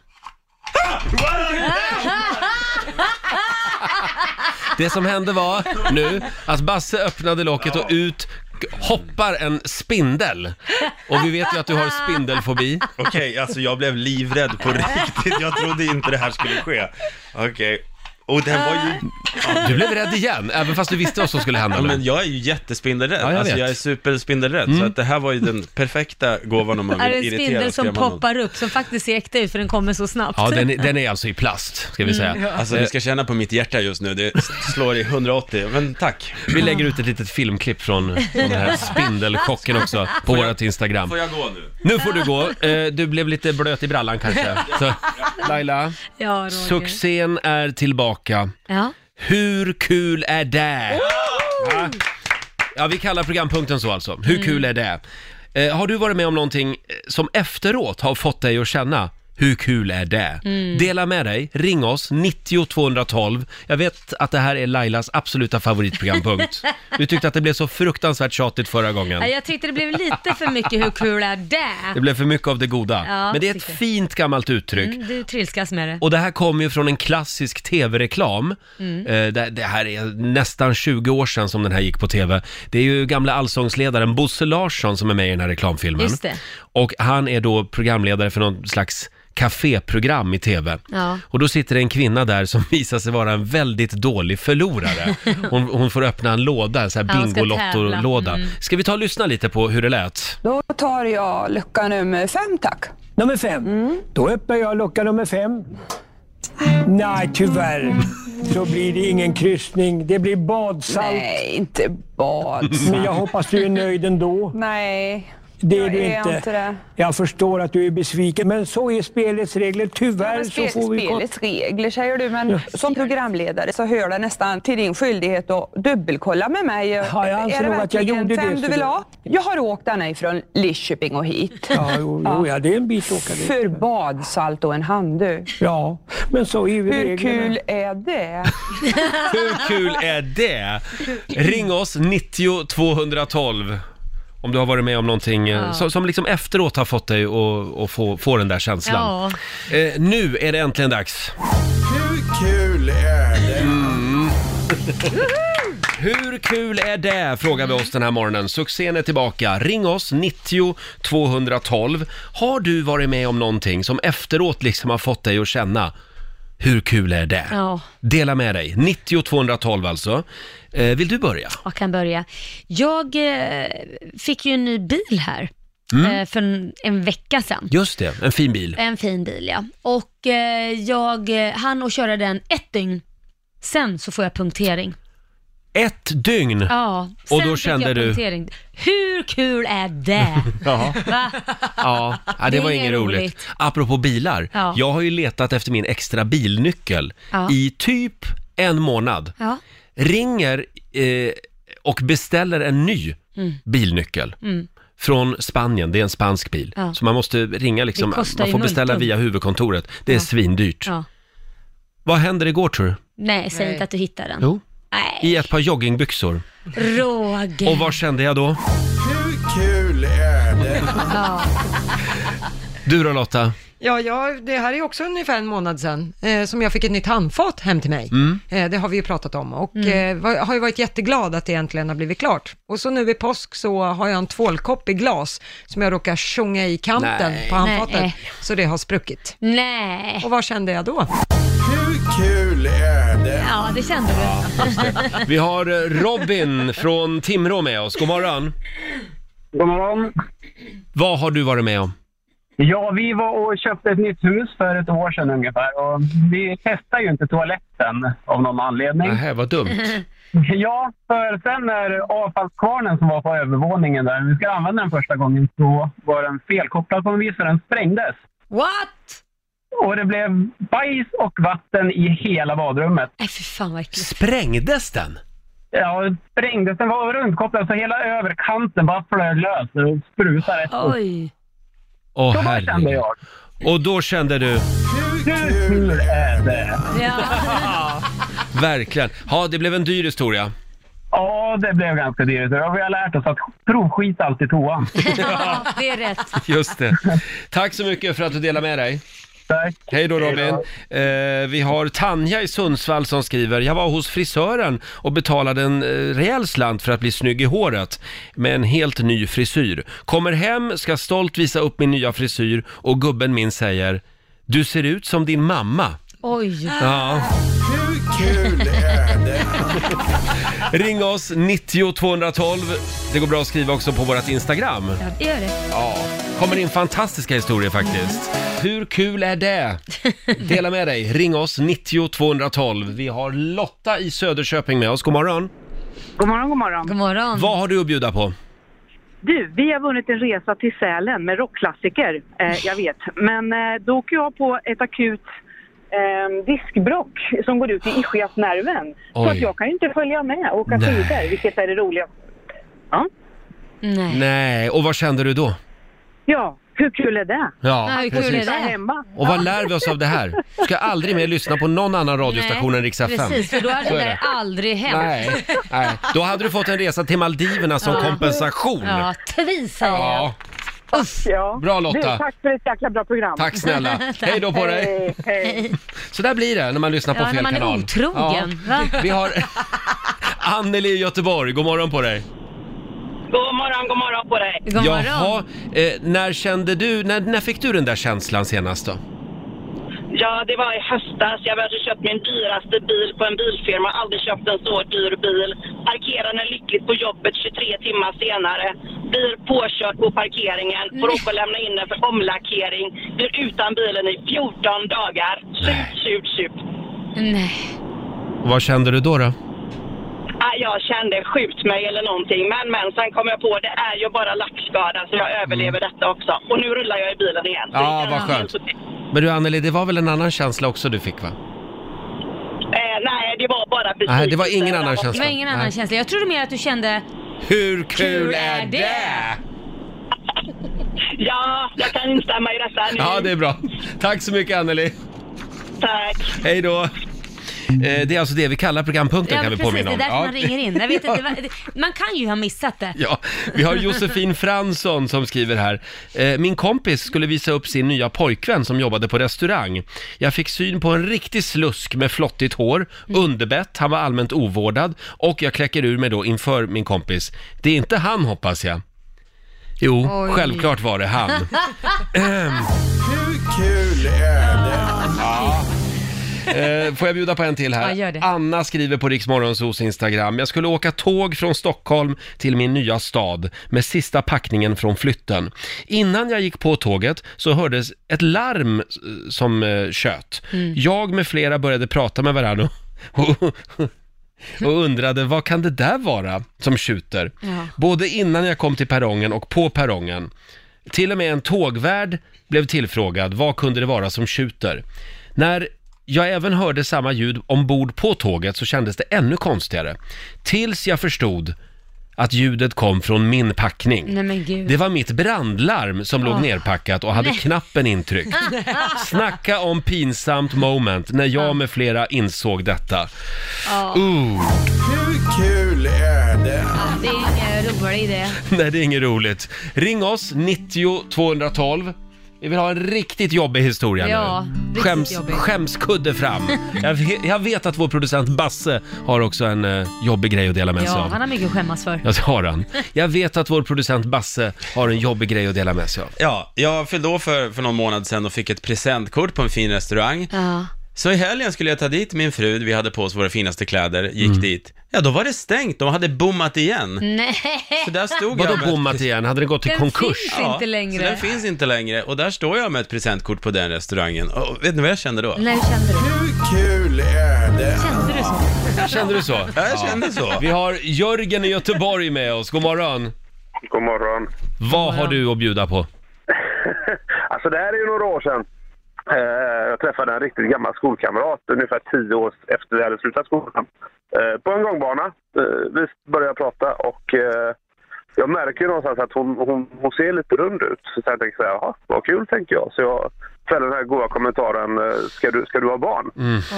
[SPEAKER 1] Det som hände var nu att Basse öppnade locket och ut hoppar en spindel. Och vi vet ju att du har spindelfobi. *laughs*
[SPEAKER 9] Okej, alltså jag blev livrädd på riktigt. Jag trodde inte det här skulle ske. Okej. Och den var ju...
[SPEAKER 1] Ah. Du blev rädd igen, även fast du visste vad som skulle hända.
[SPEAKER 9] Ja,
[SPEAKER 1] nu.
[SPEAKER 9] men jag är ju jättespindelrädd.
[SPEAKER 1] Ja, jag
[SPEAKER 9] alltså
[SPEAKER 1] vet. Mm.
[SPEAKER 9] jag är superspindelrädd. Så att det här var ju den perfekta gåvan om man
[SPEAKER 2] Är
[SPEAKER 9] vill
[SPEAKER 2] det en
[SPEAKER 9] irritera
[SPEAKER 2] spindel
[SPEAKER 9] och
[SPEAKER 2] som
[SPEAKER 9] skrämma någon.
[SPEAKER 2] poppar upp, som faktiskt ser äkta ut för den kommer så snabbt.
[SPEAKER 1] Ja, den, är- den är alltså i plast, ska vi säga.
[SPEAKER 9] Alltså ni ska känna på mitt hjärta just nu. Det slår i 180. Men tack.
[SPEAKER 1] Vi lägger ut ett litet filmklipp från, från den här spindelkocken också på vårt Instagram.
[SPEAKER 9] Får jag gå nu?
[SPEAKER 1] Nu får du gå. Eh, Du blev lite blöt i
[SPEAKER 2] *laughs*
[SPEAKER 1] brallan kanske. Så, Laila,
[SPEAKER 2] *laughs* Ja, Roger.
[SPEAKER 1] succén är tillbaka.
[SPEAKER 2] Ja.
[SPEAKER 1] Hur kul är det? Va? Ja, vi kallar programpunkten så alltså. Hur kul
[SPEAKER 2] Mm.
[SPEAKER 1] är det? Eh, Har du varit med om någonting eh, som efteråt har fått dig att känna hur kul är det?
[SPEAKER 2] Mm.
[SPEAKER 1] Dela med dig, ring oss, 90 212. Jag vet att det här är Lailas
[SPEAKER 2] *laughs*
[SPEAKER 1] absoluta favoritprogrampunkt. Du tyckte att det blev så fruktansvärt tjatigt förra gången.
[SPEAKER 2] Ja, Jag tyckte det blev lite för mycket hur kul är
[SPEAKER 1] Det
[SPEAKER 2] det?
[SPEAKER 1] blev för mycket av det goda.
[SPEAKER 2] Ja,
[SPEAKER 1] Men det är ett
[SPEAKER 2] tycker jag.
[SPEAKER 1] fint gammalt uttryck.
[SPEAKER 2] Mm, Du trilskas med det.
[SPEAKER 1] Och det här kommer ju från en klassisk tv-reklam.
[SPEAKER 2] Mm.
[SPEAKER 1] Eh, det, det här är nästan 20 år sedan som den här gick på tv. Det är ju gamla allsångsledaren Bosse Larsson som är med i den här reklamfilmen.
[SPEAKER 2] Just det.
[SPEAKER 1] Och han är då programledare för någon slags kaféprogram i tv.
[SPEAKER 2] Ja.
[SPEAKER 1] Och då sitter det en kvinna där som *laughs* visar sig vara en väldigt
[SPEAKER 2] *laughs*
[SPEAKER 1] dålig förlorare. Hon, hon får öppna en låda, en sån här
[SPEAKER 2] Ja, hon ska
[SPEAKER 1] Bingolotto-låda.
[SPEAKER 2] tävla. Mm.
[SPEAKER 1] Ska vi ta och lyssna lite på hur det lät?
[SPEAKER 10] Då tar jag lucka nummer fem, tack.
[SPEAKER 11] Nummer fem. Då öppnar jag lucka nummer fem. Nej, tyvärr. Så blir det ingen kryssning. Det blir badsalt.
[SPEAKER 10] Nej, inte
[SPEAKER 11] *laughs*
[SPEAKER 10] bad.
[SPEAKER 11] Men jag hoppas du är nöjd ändå.
[SPEAKER 10] Nej,
[SPEAKER 11] Det är
[SPEAKER 10] jag
[SPEAKER 11] du
[SPEAKER 10] är
[SPEAKER 11] inte.
[SPEAKER 10] inte det.
[SPEAKER 11] Jag förstår att du är besviken, men så är spelets regler. Tyvärr
[SPEAKER 10] Men
[SPEAKER 11] så
[SPEAKER 10] Spel,
[SPEAKER 11] får vi... kon-
[SPEAKER 10] spelets regler säger du, men som programledare så hör det nästan till din skyldighet att dubbelkolla med mig.
[SPEAKER 11] Ja, jag anser
[SPEAKER 10] är det
[SPEAKER 11] nog att jag
[SPEAKER 10] verkligen
[SPEAKER 11] gjorde det,
[SPEAKER 10] fem
[SPEAKER 11] så
[SPEAKER 10] du vill
[SPEAKER 11] det-
[SPEAKER 10] ha? Jag har åkt ända ifrån Lidköping och hit.
[SPEAKER 11] Ja, jo, jo, ja, det är en bit åka dit.
[SPEAKER 10] För badsalt och en handduk.
[SPEAKER 11] Ja, men så är ju
[SPEAKER 10] Hur
[SPEAKER 11] reglerna.
[SPEAKER 10] kul är det?
[SPEAKER 1] Hur kul är det? Ring oss 90 212 om du har varit med om någonting eh, som, som liksom efteråt har fått dig att, att få, få den där känslan.
[SPEAKER 2] Ja.
[SPEAKER 1] Eh, nu är det äntligen dags.
[SPEAKER 6] Hur kul är det?
[SPEAKER 1] Hur kul är det? Frågar vi oss den här morgonen. Succén är tillbaka. Ring oss, 90 212. Har du varit med om någonting som efteråt liksom har fått dig att känna hur kul är det?
[SPEAKER 2] Ja.
[SPEAKER 1] Dela med dig. 90 212 alltså. Eh, vill du börja?
[SPEAKER 2] Jag kan börja. Jag eh, fick ju en ny bil här
[SPEAKER 1] Mm.
[SPEAKER 2] eh, för en, en vecka sedan.
[SPEAKER 1] Just det, en fin bil.
[SPEAKER 2] En fin bil ja. Och eh, jag eh, hann att köra den ett dygn. Sen så får jag punktering.
[SPEAKER 1] Ett dygn!
[SPEAKER 2] Ja, sen
[SPEAKER 1] Och då
[SPEAKER 2] fick
[SPEAKER 1] kände
[SPEAKER 2] jag
[SPEAKER 1] du-
[SPEAKER 2] punktering. Hur kul är det?
[SPEAKER 1] Ja.
[SPEAKER 2] Va?
[SPEAKER 1] Ja, ja det,
[SPEAKER 2] Det
[SPEAKER 1] var
[SPEAKER 2] är
[SPEAKER 1] inget roligt.
[SPEAKER 2] roligt.
[SPEAKER 1] Apropå bilar,
[SPEAKER 2] Ja.
[SPEAKER 1] jag har ju letat efter min extra bilnyckel
[SPEAKER 2] Ja.
[SPEAKER 1] i typ en månad.
[SPEAKER 2] Ja.
[SPEAKER 1] Ringer eh, och beställer en ny
[SPEAKER 2] Mm.
[SPEAKER 1] bilnyckel.
[SPEAKER 2] Mm.
[SPEAKER 1] Från Spanien, det är en spansk bil.
[SPEAKER 2] Ja.
[SPEAKER 1] Så man måste ringa liksom,
[SPEAKER 2] Det
[SPEAKER 1] man
[SPEAKER 2] kostar
[SPEAKER 1] får
[SPEAKER 2] ju
[SPEAKER 1] beställa
[SPEAKER 2] multum.
[SPEAKER 1] via huvudkontoret. Det är
[SPEAKER 2] Ja.
[SPEAKER 1] svindyrt.
[SPEAKER 2] Ja.
[SPEAKER 1] Vad händer igår tror du?
[SPEAKER 2] Nej, säg
[SPEAKER 3] Nej.
[SPEAKER 2] inte att du hittar den.
[SPEAKER 1] Jo,
[SPEAKER 2] Nej,
[SPEAKER 1] i ett par joggingbyxor.
[SPEAKER 2] Roger.
[SPEAKER 1] Och vad kände jag då?
[SPEAKER 6] Hur kul är det?
[SPEAKER 2] Ja.
[SPEAKER 1] Du då Lotta?
[SPEAKER 3] Ja, ja, det här är också ungefär en månad sedan eh, som jag fick ett nytt handfat hem till mig. Eh, det har vi ju pratat om och eh, var, har ju varit jätteglad att det äntligen har blivit klart. Och så nu i påsk så har jag en tvålkopp i glas som jag råkar tjonga i kanten
[SPEAKER 1] Nej.
[SPEAKER 3] på handfatet,
[SPEAKER 2] Nej.
[SPEAKER 3] så det har spruckit.
[SPEAKER 2] Nej.
[SPEAKER 3] Och vad kände jag då?
[SPEAKER 6] Hur kul är det?
[SPEAKER 2] Ja, det kände du.
[SPEAKER 1] Vi har eh, Robin från Timrå med oss. God morgon.
[SPEAKER 12] God morgon.
[SPEAKER 1] Vad har du varit med om?
[SPEAKER 12] Ja, vi var och köpte ett nytt hus för ett år sedan ungefär och vi testade ju inte toaletten av någon anledning.
[SPEAKER 1] Nähä, vad dumt.
[SPEAKER 12] Ja, för sen när avfallskvarnen som var på övervåningen där, vi skulle använda den första gången, så var den felkopplad på något vis och den sprängdes.
[SPEAKER 2] What?
[SPEAKER 12] Och det blev bajs och vatten i hela badrummet.
[SPEAKER 2] Nej, fy fan vad äckligt.
[SPEAKER 1] Sprängdes den?
[SPEAKER 12] Ja, den sprängdes. Den var runtkopplad så hela överkanten bara flög lös och sprutade rätt upp.
[SPEAKER 2] Oj.
[SPEAKER 1] Åh
[SPEAKER 12] Så bara kände
[SPEAKER 1] herregud.
[SPEAKER 12] jag.
[SPEAKER 1] Och då kände du,
[SPEAKER 12] Hur kul är det?
[SPEAKER 2] Ja.
[SPEAKER 1] *laughs* verkligen. Ja, det blev en dyr historia.
[SPEAKER 12] Ja, det blev ganska dyrt. Och vi har lärt oss att provskita alltid
[SPEAKER 1] *laughs*
[SPEAKER 12] toan.
[SPEAKER 2] ja, det är rätt.
[SPEAKER 1] Just det. Tack så mycket för att du delade med dig.
[SPEAKER 12] Tack.
[SPEAKER 1] Hej då Robin.
[SPEAKER 12] Hej
[SPEAKER 1] Eh, vi har Tanja i Sundsvall som skriver, jag var hos frisören och betalade en eh, rejäl slant för att bli snygg i håret med en helt ny frisyr. Kommer hem, ska stolt visa upp min nya frisyr och gubben min säger, du ser ut som din mamma.
[SPEAKER 2] Oj.
[SPEAKER 1] Ja.
[SPEAKER 6] Hur kul är det?
[SPEAKER 1] Ring oss, 90 212. Det går bra att skriva också på vårt Instagram.
[SPEAKER 2] Ja, det gör det.
[SPEAKER 1] Ja, kommer in fantastiska historier faktiskt. Hur kul är det? Dela med dig. Ring oss, 90 212. Vi har Lotta i Söderköping med oss. God morgon.
[SPEAKER 7] God morgon, god morgon.
[SPEAKER 2] God morgon.
[SPEAKER 1] Vad har du att bjuda på?
[SPEAKER 7] Du, vi har vunnit en resa till Sälen med rockklassiker. Eh, jag vet. Men eh, då åker jag på ett akut eh, diskbrock som går ut i ischiasnerven. Så
[SPEAKER 1] Oj.
[SPEAKER 7] att jag kan ju inte följa med och åka
[SPEAKER 1] Nej.
[SPEAKER 7] skidor, vilket är det roliga.
[SPEAKER 2] Nej.
[SPEAKER 1] Nej, och vad kände du då?
[SPEAKER 7] Ja, hur kul är det?
[SPEAKER 1] Ja,
[SPEAKER 2] Ja, hur kul är
[SPEAKER 7] Där
[SPEAKER 2] det?
[SPEAKER 7] hemma.
[SPEAKER 1] Och vad lär vi oss av det här? Ska aldrig mer lyssna på någon annan radiostation än Rix FM.
[SPEAKER 2] Precis, för då hade
[SPEAKER 1] Så
[SPEAKER 2] det
[SPEAKER 1] är
[SPEAKER 2] där aldrig hänt.
[SPEAKER 1] Nej, nej, då hade du fått en resa till Maldiverna som
[SPEAKER 2] Ja.
[SPEAKER 1] kompensation.
[SPEAKER 2] Ja, tvi säger jag.
[SPEAKER 1] Ja,
[SPEAKER 2] Uff.
[SPEAKER 7] Ja.
[SPEAKER 1] Bra, Lotta.
[SPEAKER 7] Du, tack för ett jäkla bra program.
[SPEAKER 1] tack snälla.
[SPEAKER 2] *laughs*
[SPEAKER 1] Hej då på dig.
[SPEAKER 7] Hej, hej.
[SPEAKER 1] Så där blir det när man lyssnar på
[SPEAKER 2] Ja,
[SPEAKER 1] fel
[SPEAKER 2] när man är
[SPEAKER 1] kanal.
[SPEAKER 2] otrogen, va? *laughs*
[SPEAKER 1] Vi har Anneli i Göteborg, god morgon på dig.
[SPEAKER 13] God morgon, god morgon på dig.
[SPEAKER 2] God morgon.
[SPEAKER 1] Jaha, eh, när kände du, när, när fick du den där känslan senast då?
[SPEAKER 13] Ja, det var i höstas. Jag hade köpt min dyraste bil på en bilfirma. Aldrig köpt en så dyr bil. Parkerade den lyckligt på jobbet 23 timmar senare. Blir påkörd på parkeringen. Får åka och lämna in den för omlackering. Blir utan bilen i 14 dagar. Surt, surt, surt.
[SPEAKER 2] Nej.
[SPEAKER 1] Och vad kände du då? då?
[SPEAKER 13] Ah, jag kände skjut mig eller någonting. Men, men sen kom jag på det är ju bara lackskada så jag överlever detta också. Och nu rullar jag i bilen igen. Så
[SPEAKER 1] Mm. Ja,
[SPEAKER 13] det
[SPEAKER 1] vad
[SPEAKER 13] känns
[SPEAKER 1] skönt.
[SPEAKER 13] helt okej.
[SPEAKER 1] Men du Anneli, det var väl en annan känsla också du fick va?
[SPEAKER 13] Eh, nej, det var bara besvikelse.
[SPEAKER 1] Nej, det var ingen annan
[SPEAKER 13] Jag-
[SPEAKER 1] känsla.
[SPEAKER 2] Det var ingen annan
[SPEAKER 1] Nej.
[SPEAKER 2] känsla. Jag trodde mer att du kände,
[SPEAKER 1] Hur kul,
[SPEAKER 2] Kul
[SPEAKER 1] är
[SPEAKER 2] är
[SPEAKER 1] det?
[SPEAKER 2] det?
[SPEAKER 13] Ja, jag kan instämma i detta. Nu.
[SPEAKER 1] Ja, det är bra. Tack så mycket Anneli.
[SPEAKER 13] Tack.
[SPEAKER 1] Hej då. Eh, det är alltså det vi kallar programpunkten
[SPEAKER 2] Ja,
[SPEAKER 1] kan vi
[SPEAKER 2] precis, det
[SPEAKER 1] påminna
[SPEAKER 2] är
[SPEAKER 1] om.
[SPEAKER 2] därför
[SPEAKER 1] Ja.
[SPEAKER 2] man ringer in. Jag vet
[SPEAKER 1] *laughs*
[SPEAKER 2] inte, vad- det- man kan ju ha missat det.
[SPEAKER 1] Ja, vi har Josefin Fransson som skriver här. Eh, Min kompis skulle visa upp sin nya pojkvän som jobbade på restaurang. Jag fick syn på en riktig slusk med flottigt hår, underbett, han var allmänt ovårdad och jag kläcker ur mig då inför min kompis. Det är inte han hoppas jag. Jo,
[SPEAKER 6] Oj.
[SPEAKER 1] självklart var det han. Ehm,
[SPEAKER 6] Hur kul är det?
[SPEAKER 1] Ja. Eh, får jag bjuda på en till här?
[SPEAKER 6] Ja, gör det.
[SPEAKER 1] Anna skriver på Riksmorgonsos Instagram. Jag skulle åka tåg från Stockholm till min nya stad med sista packningen från flytten. Innan jag gick på tåget så hördes ett larm eh, som eh, tjöt.
[SPEAKER 6] Mm.
[SPEAKER 1] Jag med flera började prata med varandra *laughs* och, och, och undrade vad kan det där vara som tjuter?
[SPEAKER 6] Ja.
[SPEAKER 1] Både innan jag kom till perrongen och på perrongen. Till och med en tågvärd blev tillfrågad vad kunde det vara som tjuter. När jag även hörde samma ljud ombord på tåget så kändes det ännu konstigare. Tills jag förstod att ljudet kom från min packning.
[SPEAKER 2] Nej men gud.
[SPEAKER 1] Det var mitt brandlarm som låg
[SPEAKER 2] Ah.
[SPEAKER 1] nerpackat och hade
[SPEAKER 2] Nej.
[SPEAKER 1] knappen
[SPEAKER 2] *laughs*
[SPEAKER 1] intryckt. Snacka om pinsamt moment när
[SPEAKER 2] Ah.
[SPEAKER 1] jag med flera insåg detta. Uh.
[SPEAKER 2] Ja.
[SPEAKER 1] Ooh.
[SPEAKER 6] Hur kul är det?
[SPEAKER 2] Det är ingen rolig idé.
[SPEAKER 1] *laughs* Nej, det är inget roligt. Ring oss, 90 212. Vi vill ha en riktigt jobbig historia
[SPEAKER 2] Ja,
[SPEAKER 1] nu.
[SPEAKER 2] riktigt
[SPEAKER 1] Skäms,
[SPEAKER 2] jobbig. *laughs*
[SPEAKER 1] skämskudde fram. jag, ve- jag vet att vår producent Basse har också en eh, jobbig grej att dela med sig
[SPEAKER 2] Ja,
[SPEAKER 1] av.
[SPEAKER 2] han har mycket att skämmas för.
[SPEAKER 1] Ja, det har han. Jag vet att vår producent Basse har en jobbig grej att dela med sig av.
[SPEAKER 9] Ja, jag fyllde år för, för någon månad sedan och fick ett presentkort på en fin restaurang.
[SPEAKER 2] Ja.
[SPEAKER 9] Så i helgen skulle jag ta dit min fru, vi hade på oss våra finaste kläder, gick
[SPEAKER 1] Mm.
[SPEAKER 9] dit. Ja, då var det stängt, de hade bommat igen.
[SPEAKER 2] Nej.
[SPEAKER 9] Så där stod
[SPEAKER 1] Vadå
[SPEAKER 9] jag med-
[SPEAKER 1] bommat igen? Hade det gått i
[SPEAKER 2] Den
[SPEAKER 1] konkurs?
[SPEAKER 2] finns inte längre.
[SPEAKER 9] Så den finns inte längre och där står jag med ett presentkort på den restaurangen. Och vet ni vad jag kände då?
[SPEAKER 2] Nej, hur kände du?
[SPEAKER 6] Hur kul är det?
[SPEAKER 2] Kände du så?
[SPEAKER 1] Kände du så?
[SPEAKER 9] Ja, jag kände så.
[SPEAKER 1] Vi har Jörgen i Göteborg med oss. God morgon.
[SPEAKER 14] God morgon. *laughs*
[SPEAKER 1] Vad har du att bjuda på?
[SPEAKER 14] Alltså det här är ju några år sedan. Eh, Jag träffade en riktigt gammal skolkamrat ungefär tio år efter vi hade slutat skolan. Eh, På en gångbana. Eh, Vi började prata och eh, jag märker ju någonstans att hon, hon, hon ser lite rund ut. Så jag tänker så här, jaha, vad kul tänker jag. Så jag fäller den här goda kommentaren, eh, ska du, ska du ha barn?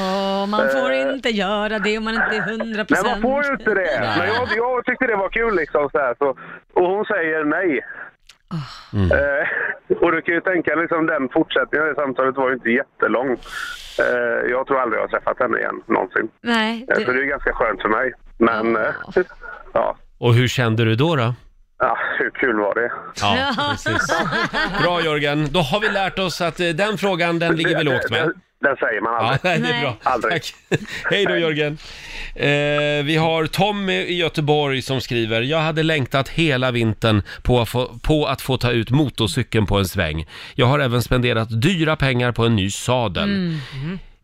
[SPEAKER 2] Åh, man får inte göra det om man inte är 100
[SPEAKER 14] Nej,
[SPEAKER 2] procent.
[SPEAKER 14] man får ju inte det. Men jag, jag tyckte det var kul liksom. Så här, så, och hon säger nej. Eh, och du kan ju tänka liksom den fortsättningen av det samtalet var ju inte jättelång. Eh, jag tror aldrig jag har träffat henne igen någonsin.
[SPEAKER 2] Nej,
[SPEAKER 14] Eh,
[SPEAKER 1] Alltså,
[SPEAKER 14] Så det är ganska skönt för mig. Men eh, ja.
[SPEAKER 1] Och hur kände du då? då?
[SPEAKER 14] ja, hur kul var det?
[SPEAKER 1] Ja, precis. Bra Jörgen, då har vi lärt oss att eh, den frågan den ligger vi lågt med.
[SPEAKER 14] Den säger man
[SPEAKER 1] Ja,
[SPEAKER 14] aldrig.
[SPEAKER 1] nej, det är bra. Tack. Hej då Jörgen. Eh, vi har Tommy i Göteborg som skriver, jag hade längtat hela vintern på att, få, på att få ta ut motorcykeln på en sväng. Jag har även spenderat dyra pengar på en ny sadel.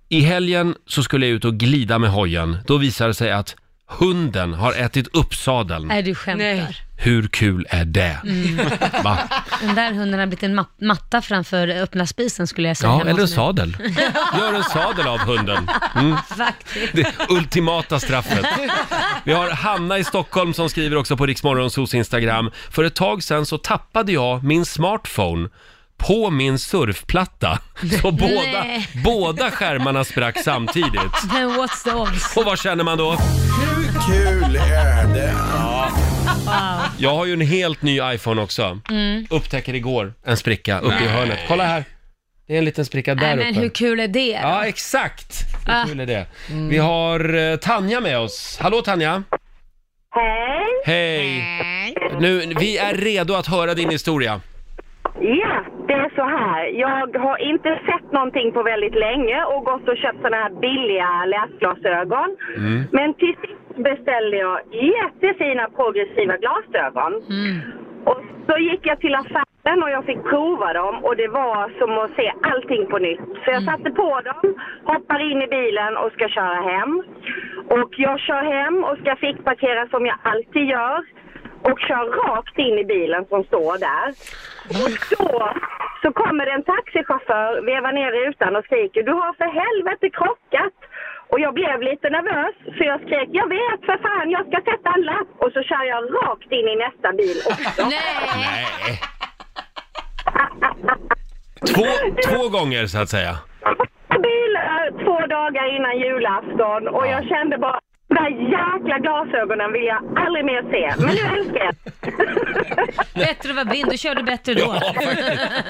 [SPEAKER 1] I helgen så skulle jag ut och glida med hojen. Då visade det sig att hunden har ätit upp sadeln.
[SPEAKER 2] Nej, du skämtar.
[SPEAKER 1] Hur kul är det?
[SPEAKER 2] Mm.
[SPEAKER 1] Va?
[SPEAKER 2] Den där hunden har blivit en ma- matta framför öppna spisen skulle jag säga.
[SPEAKER 1] Ja,
[SPEAKER 2] hemma
[SPEAKER 1] eller en
[SPEAKER 2] hos mig.
[SPEAKER 1] sadel. *laughs* Gör en sadel av hunden. Mm.
[SPEAKER 2] *laughs* Faktiskt.
[SPEAKER 1] Det ultimata straffet. Vi har Hanna i Stockholm som skriver också på Riksmorgonsos Instagram. För ett tag sedan så tappade jag min smartphone på
[SPEAKER 2] *laughs*
[SPEAKER 1] min surfplatta. Så båda,
[SPEAKER 2] Nej.
[SPEAKER 1] båda skärmarna sprack samtidigt.
[SPEAKER 2] Men what's the odds?
[SPEAKER 1] Och vad känner man då?
[SPEAKER 6] Hur kul är det?
[SPEAKER 2] Wow.
[SPEAKER 1] Jag har ju en helt ny iPhone också.
[SPEAKER 2] Mm.
[SPEAKER 1] Upptäcker igår en spricka uppe i
[SPEAKER 6] Nej.
[SPEAKER 1] hörnet. Kolla här. Det är en liten spricka där
[SPEAKER 2] Nej,
[SPEAKER 1] uppe.
[SPEAKER 2] men hur kul är det?
[SPEAKER 1] Ja, exakt.
[SPEAKER 2] Ah.
[SPEAKER 1] Hur kul är det? Vi har eh, Tanja med oss. Hallå Tanja! Hej! Hej! Nu, vi är redo att höra din historia.
[SPEAKER 8] Ja, det är så här. Jag har inte sett någonting på väldigt länge och gått och köpt såna här billiga läsglasögon. Men till sist beställde jag jättefina progressiva glasögon. Och så gick jag till affären och jag fick prova dem och det var som att se allting på nytt. Så jag satte på dem, hoppar in i bilen och ska köra hem. Och jag kör hem och ska fickparkera som jag alltid gör och kör rakt in i bilen som står där. Och då så kommer det en taxichaufför, vevar ner rutan och skriker du har för helvete krockat! Och jag blev lite nervös så jag skrek jag vet för fan jag ska sätta en lapp och så kör jag rakt in i nästa bil också.
[SPEAKER 1] Nej! Två, två gånger så att säga.
[SPEAKER 8] *laughs* Bilar eh, två dagar dagar innan julafton och jag kände bara de där jäkla glasögonen vill jag aldrig mer se. Men nu älskar jag *laughs*
[SPEAKER 2] Bättre att vara blind, då kör du bättre då. *laughs*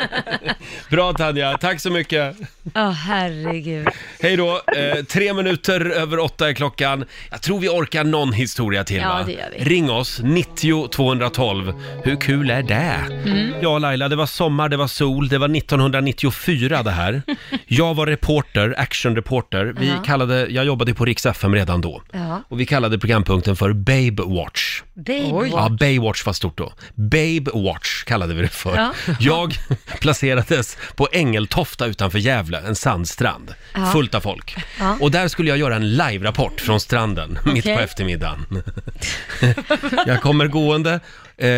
[SPEAKER 1] Bra Tanja, tack så mycket.
[SPEAKER 2] Ja, herregud.
[SPEAKER 1] Hej då, eh, tre minuter över åtta är klockan. Jag tror vi orkar någon historia till
[SPEAKER 2] Ja,
[SPEAKER 1] va?
[SPEAKER 2] det gör vi.
[SPEAKER 1] Ring oss, 90 212. Hur kul är det?
[SPEAKER 2] Mm.
[SPEAKER 1] Ja Laila, det var sommar, det var sol, det var 1994 det här. Jag var reporter, actionreporter. Vi
[SPEAKER 2] Ja.
[SPEAKER 1] kallade, jag jobbade på Rix FM redan då.
[SPEAKER 2] Ja.
[SPEAKER 1] Och vi kallade programpunkten för Babe Watch.
[SPEAKER 2] Babe Oj.
[SPEAKER 1] Ja,
[SPEAKER 2] Watch.
[SPEAKER 1] Baywatch var stort då. Babe Watch kallade vi det för.
[SPEAKER 2] Ja.
[SPEAKER 1] *laughs* Jag placerades på Ängeltofta utanför Gävle, en sandstrand.
[SPEAKER 2] Ja.
[SPEAKER 1] Fullt av folk.
[SPEAKER 2] Ja.
[SPEAKER 1] Och där skulle jag göra en live-rapport från stranden, mitt på
[SPEAKER 2] Okej.
[SPEAKER 1] eftermiddagen. *laughs* jag kommer gående eh, eh,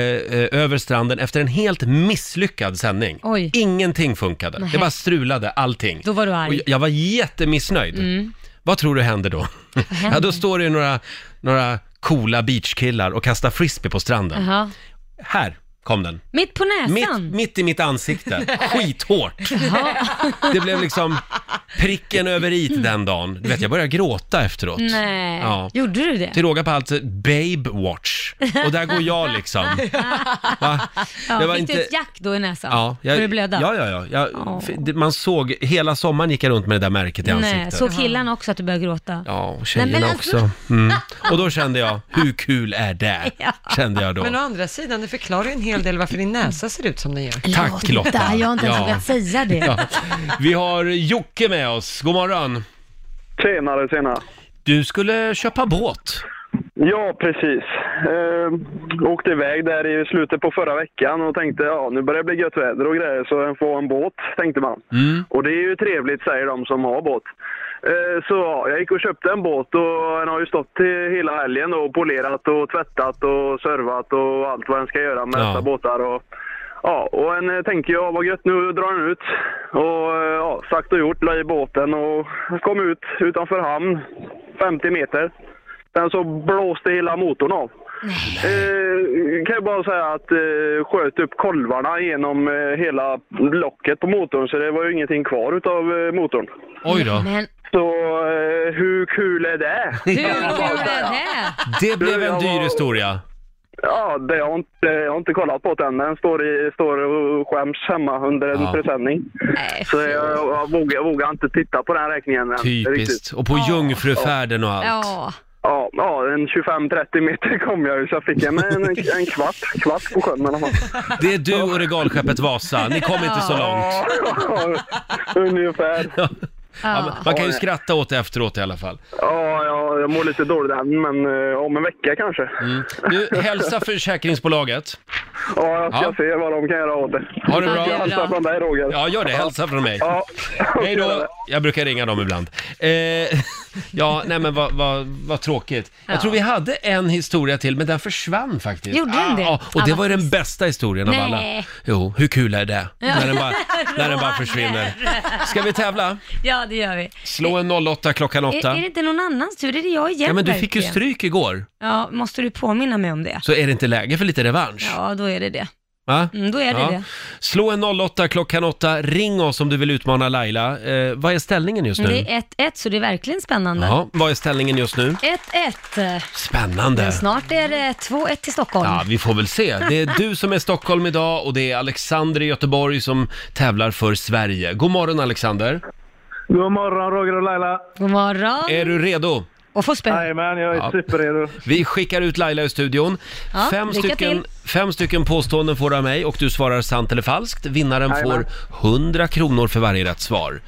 [SPEAKER 1] över stranden efter en helt misslyckad sändning.
[SPEAKER 2] Oj.
[SPEAKER 1] Ingenting funkade.
[SPEAKER 2] Nähä.
[SPEAKER 1] Det bara strulade allting.
[SPEAKER 2] Då var du arg.
[SPEAKER 1] Och jag- jag var jättemissnöjd.
[SPEAKER 2] Mm.
[SPEAKER 1] Vad tror du händer då? *laughs* Ja, då står det ju några, några coola beachkillar och kastar frisbee på stranden.
[SPEAKER 2] Jaha.
[SPEAKER 1] Här kom den.
[SPEAKER 2] Mitt på näsan?
[SPEAKER 1] Mitt, mitt i
[SPEAKER 2] *laughs*
[SPEAKER 1] mitt ansikte. Skithårt.
[SPEAKER 2] Jaha.
[SPEAKER 1] Det blev liksom pricken över it den dagen. Du vet, jag började gråta efteråt.
[SPEAKER 2] Nej.
[SPEAKER 1] Ja. Typ-
[SPEAKER 2] Gjorde du det?
[SPEAKER 1] Till råga på allt, Babe Watch. Och där går jag
[SPEAKER 2] *laughs*
[SPEAKER 1] liksom. Va?
[SPEAKER 2] Ja,
[SPEAKER 1] Det var
[SPEAKER 2] fick du
[SPEAKER 1] inte-
[SPEAKER 2] ett jack då i näsan?
[SPEAKER 1] Ja, jag,
[SPEAKER 2] Får du blöda?
[SPEAKER 1] Ja, ja, ja. Jag, f- det- Man såg, hela sommaren gick jag runt med det där märket i
[SPEAKER 2] Nej,
[SPEAKER 1] ansiktet.
[SPEAKER 2] såg killarna också att du började gråta?
[SPEAKER 1] Ja, och tjejerna
[SPEAKER 2] Nej, men alltså-
[SPEAKER 1] också. Mm. Och då kände jag, hur kul är det?
[SPEAKER 3] Ja.
[SPEAKER 1] Kände jag då.
[SPEAKER 3] Men å andra sidan, det förklarar ju en hel del varför din näsa ser ut som den gör.
[SPEAKER 1] Tack Lotta.
[SPEAKER 2] Jag har inte ens vågat säga det.
[SPEAKER 1] Ja. Vi har Jocke med oss. God morgon.
[SPEAKER 15] Tjenare, tjena.
[SPEAKER 1] Du skulle köpa båt.
[SPEAKER 15] Ja, precis. Ehm, åkte iväg där i slutet på förra veckan och tänkte ja, nu börjar det bli gött väder och grejer så jag får en båt, tänkte man.
[SPEAKER 16] Mm.
[SPEAKER 15] Och det är ju trevligt, säger de som har båt. Eh, Så ja, jag gick och köpte en båt och den har ju stått till hela helgen då och polerat och tvättat och servat och allt vad den ska göra med
[SPEAKER 17] Ja.
[SPEAKER 15] dessa båtar. Och, ja, och en eh, tänker jag, vad gött, nu drar den ut. Och eh, ja, sagt och gjort, la i båten och kom ut utanför hamn, 50 meter. Sen så blåste hela motorn av. Eh, kan jag bara säga att eh, sköt upp kolvarna genom eh, hela locket på motorn så det var ju ingenting kvar utav eh, motorn.
[SPEAKER 1] Oj då.
[SPEAKER 2] Men...
[SPEAKER 15] Så eh, hur kul är
[SPEAKER 1] *laughs*
[SPEAKER 15] det?
[SPEAKER 1] Hur
[SPEAKER 15] Kan jag bara
[SPEAKER 2] kul är
[SPEAKER 15] säga.
[SPEAKER 1] Det blev
[SPEAKER 15] Du,
[SPEAKER 1] en
[SPEAKER 15] jag
[SPEAKER 1] dyr
[SPEAKER 15] var-
[SPEAKER 1] historia.
[SPEAKER 15] Ja, det jag har inte, jag har inte kollat på den. Den står, i, står och skäms hemma under en
[SPEAKER 1] Ja.
[SPEAKER 15] presenning. Så jag, jag, vågar, jag vågar inte titta på den räkningen än.
[SPEAKER 1] Typiskt.
[SPEAKER 15] riktigt.
[SPEAKER 1] Och på jungfrufärden och allt.
[SPEAKER 2] Ja.
[SPEAKER 15] Ja, ja, en 25-30 meter kom jag ju så jag fick en, en, en kvart, kvart på sjön i alla fall.
[SPEAKER 1] Det är du och regalskeppet Vasa. Ni kom inte så långt.
[SPEAKER 15] Ungefär.
[SPEAKER 1] Ja, men Man kan ju skratta åt det efteråt i alla fall.
[SPEAKER 15] Ja, jag, jag mår lite dåligt än, men eh, om en vecka kanske.
[SPEAKER 1] Mm. Du, hälsa försäkringsbolaget.
[SPEAKER 15] Ja, jag ska
[SPEAKER 1] Ja.
[SPEAKER 15] se vad de kan göra åt det.
[SPEAKER 1] Ha det bra.
[SPEAKER 15] Jag hälsar från dig Roger.
[SPEAKER 1] Ja, gör det. Hälsa från mig.
[SPEAKER 15] Ja.
[SPEAKER 1] Hej då! Jag brukar ringa dem ibland. Eh, *laughs* ja, nej men vad, vad, vad tråkigt.
[SPEAKER 2] Ja.
[SPEAKER 1] Jag tror vi hade en historia till, men den försvann faktiskt.
[SPEAKER 2] Gjorde den det?
[SPEAKER 1] Ja, och
[SPEAKER 2] Ah,
[SPEAKER 1] det
[SPEAKER 2] vad
[SPEAKER 1] var ju den bästa historien av
[SPEAKER 2] Nej.
[SPEAKER 1] alla. Jo, hur kul är det?
[SPEAKER 2] Ja.
[SPEAKER 1] När, den bara,
[SPEAKER 2] *laughs*
[SPEAKER 1] när den bara försvinner. Ska vi tävla?
[SPEAKER 2] Ja, det gör vi.
[SPEAKER 1] Slå en 08 klockan
[SPEAKER 2] Är,
[SPEAKER 1] 8.
[SPEAKER 2] är det inte någon annans tur? Är det jag igen
[SPEAKER 1] Ja, men du fick ju
[SPEAKER 2] verkligen?
[SPEAKER 1] stryk igår,
[SPEAKER 2] Ja, måste du påminna mig om det?
[SPEAKER 1] så är det inte läge för lite revansch?
[SPEAKER 2] Ja, då är det det.
[SPEAKER 1] Va?
[SPEAKER 2] Mm, då är det det.
[SPEAKER 1] Slå en 08 klockan 8. Ring oss om du vill utmana Laila. Eh, vad är ställningen just nu?
[SPEAKER 2] Det är 1-1, så det är verkligen spännande.
[SPEAKER 1] Ja, vad är ställningen just nu?
[SPEAKER 2] 1-1.
[SPEAKER 1] Spännande.
[SPEAKER 2] Men snart är det 2-1 till Stockholm.
[SPEAKER 1] Ja, vi får väl se. Det är du som är Stockholm idag och det är Alexander i Göteborg som tävlar för Sverige. God morgon Alexander!
[SPEAKER 18] God morgon Roger och Laila.
[SPEAKER 2] God morgon.
[SPEAKER 1] Är du redo?
[SPEAKER 2] Och få spänn.
[SPEAKER 18] Jajamän, jag är
[SPEAKER 1] Ja.
[SPEAKER 18] superredo.
[SPEAKER 1] Vi skickar ut Laila i studion.
[SPEAKER 2] Ja,
[SPEAKER 1] fem,
[SPEAKER 2] lycka
[SPEAKER 1] stycken, fem stycken påståenden får du av mig och du svarar sant eller falskt. Vinnaren
[SPEAKER 2] Jajamän.
[SPEAKER 1] får 100 kronor för varje rätt svar.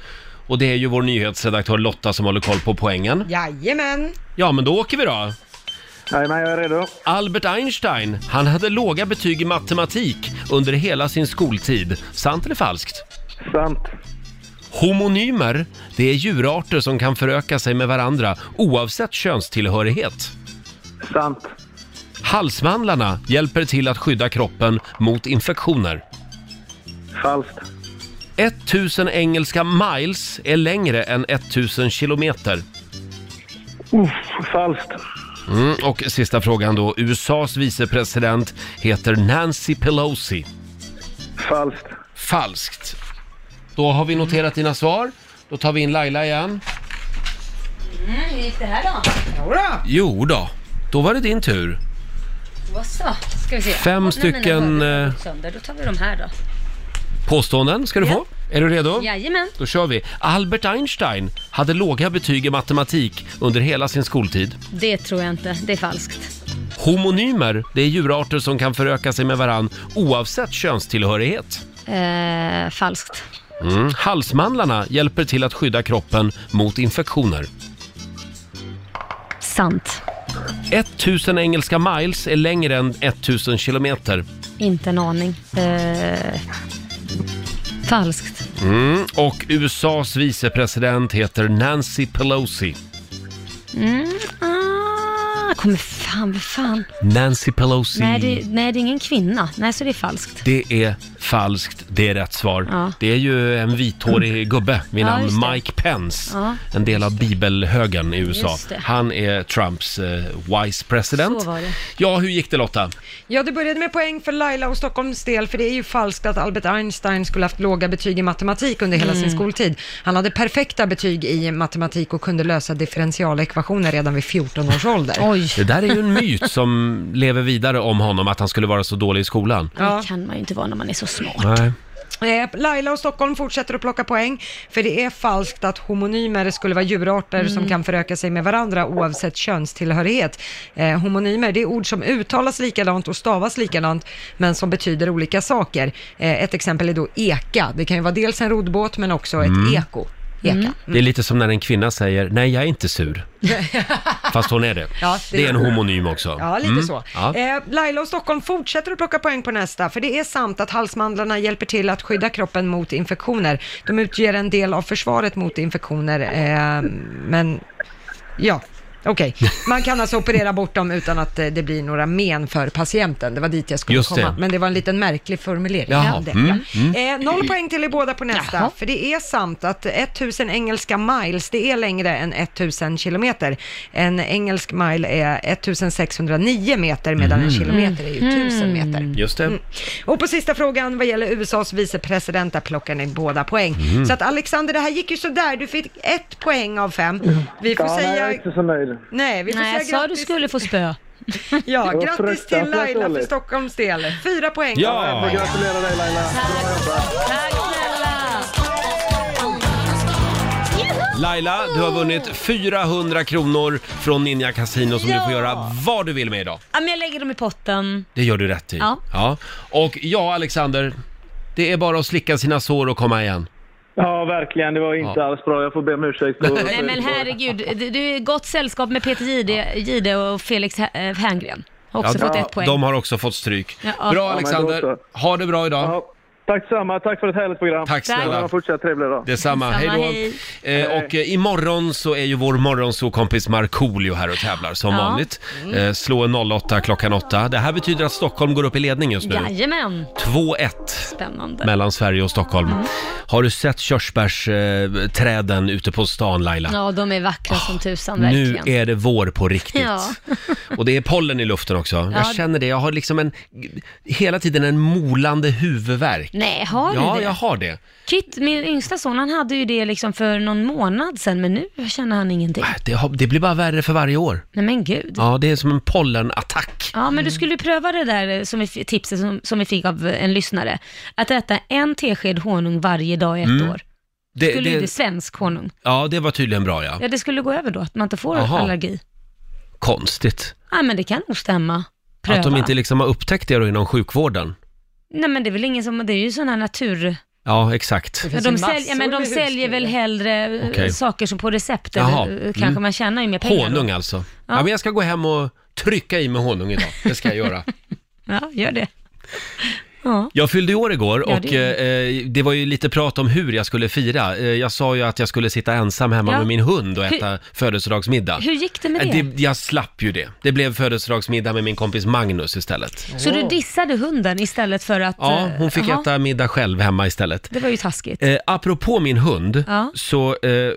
[SPEAKER 1] Och det är ju vår nyhetsredaktör Lotta som håller koll på poängen.
[SPEAKER 3] Jajamän.
[SPEAKER 1] Ja, men då åker vi då.
[SPEAKER 18] Jajamän, jag är redo.
[SPEAKER 1] Albert Einstein, han hade låga betyg i matematik under hela sin skoltid. Sant eller falskt?
[SPEAKER 18] Sant.
[SPEAKER 1] Homonymer, det är djurarter som kan föröka sig med varandra oavsett könstillhörighet.
[SPEAKER 18] Sant.
[SPEAKER 1] Halsmandlarna hjälper till att skydda kroppen mot infektioner.
[SPEAKER 18] Falskt.
[SPEAKER 1] 1000 engelska miles är längre än 1000 kilometer.
[SPEAKER 18] Uff, falskt.
[SPEAKER 1] Mm, och sista frågan då. USAs vicepresident heter Nancy Pelosi.
[SPEAKER 18] Falskt.
[SPEAKER 1] Falskt. Då har vi noterat dina svar. Då tar vi in Laila igen.
[SPEAKER 2] gick det här då?
[SPEAKER 3] Jodå.
[SPEAKER 1] Jo då, då var det din tur.
[SPEAKER 2] Vad så? Ska vi se.
[SPEAKER 1] Fem
[SPEAKER 2] Mina
[SPEAKER 1] stycken,
[SPEAKER 2] hörlurar har
[SPEAKER 1] eh,
[SPEAKER 2] gått sönder. Då tar vi de här då.
[SPEAKER 1] Påståenden ska du få. Är du redo?
[SPEAKER 2] Jajamän.
[SPEAKER 1] Då kör vi. Albert Einstein hade låga betyg i matematik under hela sin skoltid.
[SPEAKER 2] Det tror jag inte. Det är falskt.
[SPEAKER 1] Homonymer, det är djurarter som kan föröka sig med varann oavsett könstillhörighet.
[SPEAKER 2] Eh, falskt.
[SPEAKER 1] Mm. Halsmandlarna hjälper till att skydda kroppen mot infektioner.
[SPEAKER 2] Sant.
[SPEAKER 1] 1000 engelska miles är längre än 1000 kilometer.
[SPEAKER 2] Inte en aning. Eh, falskt.
[SPEAKER 1] Mm. Och USAs vicepresident heter Nancy Pelosi.
[SPEAKER 2] Mm. Ah, kommer fan, vad fan.
[SPEAKER 1] Nancy Pelosi.
[SPEAKER 2] Nej det, nej, det är ingen kvinna. Nej, så det är falskt.
[SPEAKER 1] Det är falskt, det är rätt svar.
[SPEAKER 2] Ja.
[SPEAKER 1] Det är ju en vithårig gubbe vid
[SPEAKER 2] Ja,
[SPEAKER 1] namn
[SPEAKER 2] just det.
[SPEAKER 1] Mike Pence.
[SPEAKER 2] Ja.
[SPEAKER 1] En del av bibelhögern i USA.
[SPEAKER 3] Just det.
[SPEAKER 1] Han är Trumps eh, vice president.
[SPEAKER 3] Så var det.
[SPEAKER 1] Ja, hur gick det Lotta?
[SPEAKER 3] Ja, det började med poäng för Laila och Stockholms del, för det är ju falskt att Albert Einstein skulle haft låga betyg i matematik under hela
[SPEAKER 2] Mm.
[SPEAKER 3] sin skoltid. Han hade perfekta betyg i matematik och kunde lösa differentialekvationer redan vid 14 års ålder.
[SPEAKER 1] Det där är ju en *laughs* myt som lever vidare om honom, att han skulle vara så dålig i skolan.
[SPEAKER 3] Ja.
[SPEAKER 2] kan man ju inte vara när man är så smart.
[SPEAKER 1] Nej.
[SPEAKER 3] Eh, Laila och Stockholm fortsätter att plocka poäng, för det är falskt att homonymer skulle vara djurarter
[SPEAKER 2] Mm.
[SPEAKER 3] som kan föröka sig med varandra oavsett könstillhörighet. Eh, homonymer, det är ord som uttalas likadant och stavas likadant, men som betyder olika saker. Eh, ett exempel är då eka. Det kan ju vara dels en roddbåt, men också ett
[SPEAKER 1] Mm.
[SPEAKER 3] eko. Eka.
[SPEAKER 1] Det är lite som när en kvinna säger “Nej, jag är
[SPEAKER 3] *laughs*
[SPEAKER 1] inte sur”. Fast hon är det.
[SPEAKER 3] Ja,
[SPEAKER 1] det, är en homonym också.
[SPEAKER 3] Ja, lite
[SPEAKER 1] Mm.
[SPEAKER 3] så.
[SPEAKER 1] Ja.
[SPEAKER 3] Eh, Laila och Stockholm fortsätter att plocka poäng på nästa, för det är sant att halsmandlarna hjälper till att skydda kroppen mot infektioner. De utgör en del av försvaret mot infektioner, eh, men ja.
[SPEAKER 1] *laughs*
[SPEAKER 3] Okej, man kan alltså operera bort dem utan att eh, det blir några men för patienten. Det var dit jag skulle
[SPEAKER 1] Just det.
[SPEAKER 3] komma. Men det var en liten märklig formulering.
[SPEAKER 1] Jaha,
[SPEAKER 3] Ja, det,
[SPEAKER 1] mm,
[SPEAKER 3] ja.
[SPEAKER 1] mm.
[SPEAKER 3] Eh, noll poäng till er båda på nästa.
[SPEAKER 1] Jaha.
[SPEAKER 3] För det är sant att 1000 engelska miles, det är längre än 1000 kilometer. En engelsk mile är 1609 meter, medan en
[SPEAKER 1] Mm.
[SPEAKER 3] kilometer är ju 1000 meter.
[SPEAKER 1] Just
[SPEAKER 3] mm.
[SPEAKER 1] det.
[SPEAKER 3] Och på sista frågan vad gäller USAs vicepresident, där plockar ni båda poäng.
[SPEAKER 1] Mm.
[SPEAKER 3] Så att Alexander, det här gick ju sådär. Du fick ett poäng av fem. Vi får
[SPEAKER 18] Mm. ja, nej, jag är
[SPEAKER 3] säga...
[SPEAKER 18] inte så nöjd.
[SPEAKER 3] Nej, vi får
[SPEAKER 2] Nej, jag
[SPEAKER 3] säga
[SPEAKER 2] sa du
[SPEAKER 3] grattis.
[SPEAKER 2] skulle få spö.
[SPEAKER 18] Det
[SPEAKER 3] Ja,
[SPEAKER 18] var
[SPEAKER 3] grattis till
[SPEAKER 18] fruktansvärt
[SPEAKER 3] Laila för
[SPEAKER 18] dåligt.
[SPEAKER 3] Stockholms del. Fyra poäng.
[SPEAKER 1] Ja. Jag
[SPEAKER 18] gratulerar dig, Laila.
[SPEAKER 1] Laila, du har vunnit 400 kronor från Ninja Casino som du får göra vad du vill med idag.
[SPEAKER 2] Ja, men jag lägger dem i potten.
[SPEAKER 1] Det gör du rätt i.
[SPEAKER 2] Ja.
[SPEAKER 1] Och ja, Alexander, det är bara att slicka sina sår och komma igen.
[SPEAKER 18] Ja, verkligen. Det var inte alls bra. Jag får be om ursäkt. på-
[SPEAKER 2] Nej men herregud, du- du är i gott sällskap med Peter Jihde- Jihde och Felix H- eh, Herngren. Har Också
[SPEAKER 1] Ja,
[SPEAKER 2] fått ett poäng.
[SPEAKER 1] De har också fått stryk.
[SPEAKER 2] Ja. Ja,
[SPEAKER 1] Bra
[SPEAKER 2] men
[SPEAKER 1] Alexander,
[SPEAKER 18] då
[SPEAKER 1] ha det bra idag.
[SPEAKER 18] Tack samma. Tack för ett härligt program.
[SPEAKER 1] Tack snälla.
[SPEAKER 18] Ja, Fortsätt trevlig dag.
[SPEAKER 1] Detsamma, hej
[SPEAKER 18] Detsamma,
[SPEAKER 1] då. Eh, och eh, imorgon så är ju vår morgonsokompis Markoolio här och tävlar som
[SPEAKER 2] Ja. Mm.
[SPEAKER 1] vanligt. Eh, slå en 08 klockan 8. Det här betyder att Stockholm går upp i ledning just nu.
[SPEAKER 2] Jajamän.
[SPEAKER 1] 2-1.
[SPEAKER 2] Spännande.
[SPEAKER 1] mellan Sverige och Stockholm.
[SPEAKER 2] Mm.
[SPEAKER 1] Har du sett körsbärsträden eh, träden ute på stan Laila?
[SPEAKER 2] Ja, de är vackra som tusan
[SPEAKER 1] Ah, nu
[SPEAKER 2] verkligen.
[SPEAKER 1] är det vår på riktigt. *laughs*
[SPEAKER 2] Ja.
[SPEAKER 1] Och det är pollen i luften också.
[SPEAKER 2] Ja.
[SPEAKER 1] Jag känner det. Jag har liksom en, hela tiden en molande huvudvärk.
[SPEAKER 2] Nej, har du
[SPEAKER 1] ja,
[SPEAKER 2] det?
[SPEAKER 1] jag har det.
[SPEAKER 2] Kit, min yngsta son, han hade ju det liksom för någon månad sedan, men nu känner han ingenting.
[SPEAKER 1] det. har- Det blir bara värre för varje år.
[SPEAKER 2] Nej men gud.
[SPEAKER 1] Ja, det är som en pollenattack.
[SPEAKER 2] Ja, men du skulle pröva det där eh, som vi, f- tipset som, som vi fick av eh, en lyssnare. Att äta en tesked honung varje dag i ett
[SPEAKER 1] Mm.
[SPEAKER 2] år.
[SPEAKER 1] Det-
[SPEAKER 2] skulle
[SPEAKER 1] det-
[SPEAKER 2] ju bli svensk honung.
[SPEAKER 1] Ja, det var tydligen bra ja.
[SPEAKER 2] Ja, det skulle gå över då, att man inte får
[SPEAKER 1] Jaha.
[SPEAKER 2] allergi.
[SPEAKER 1] Konstigt.
[SPEAKER 2] Nej, men det kan nog stämma. Pröva.
[SPEAKER 1] Att de inte liksom har upptäckt det då inom sjukvården.
[SPEAKER 2] Nej, men det är väl ingen som, det är ju sån här natur...
[SPEAKER 1] Ja, exakt.
[SPEAKER 2] Ja, de säljer, men de säljer väl hellre eh,
[SPEAKER 1] Okej.
[SPEAKER 2] saker som på recept,
[SPEAKER 1] Jaha.
[SPEAKER 2] eller, eh, kanske
[SPEAKER 1] Mm.
[SPEAKER 2] man tjänar ju mer pengar
[SPEAKER 1] Honung
[SPEAKER 2] då.
[SPEAKER 1] alltså. Ja.
[SPEAKER 2] Ja.
[SPEAKER 1] men jag ska gå hem och trycka i mig honung idag. Det ska jag
[SPEAKER 2] *laughs*
[SPEAKER 1] göra.
[SPEAKER 2] Ja, gör det. Ja.
[SPEAKER 1] Jag fyllde år igår
[SPEAKER 2] Ja,
[SPEAKER 1] och
[SPEAKER 2] det-
[SPEAKER 1] eh, det var ju lite prat om hur jag skulle fira. Eh, jag sa ju att jag skulle sitta ensam hemma
[SPEAKER 2] Ja.
[SPEAKER 1] med min hund och
[SPEAKER 2] Hur-
[SPEAKER 1] äta födelsedagsmiddag.
[SPEAKER 2] Hur gick det med
[SPEAKER 1] Eh,
[SPEAKER 2] det?
[SPEAKER 1] det? Jag slapp ju det. Det blev födelsedagsmiddag med min kompis Magnus istället.
[SPEAKER 2] Så du dissade hunden istället för att...
[SPEAKER 1] Ja,
[SPEAKER 2] eh,
[SPEAKER 1] hon fick
[SPEAKER 2] jaha.
[SPEAKER 1] äta middag själv hemma istället.
[SPEAKER 2] Det var ju taskigt.
[SPEAKER 1] Eh, apropå min hund,
[SPEAKER 2] Ja.
[SPEAKER 1] så eh,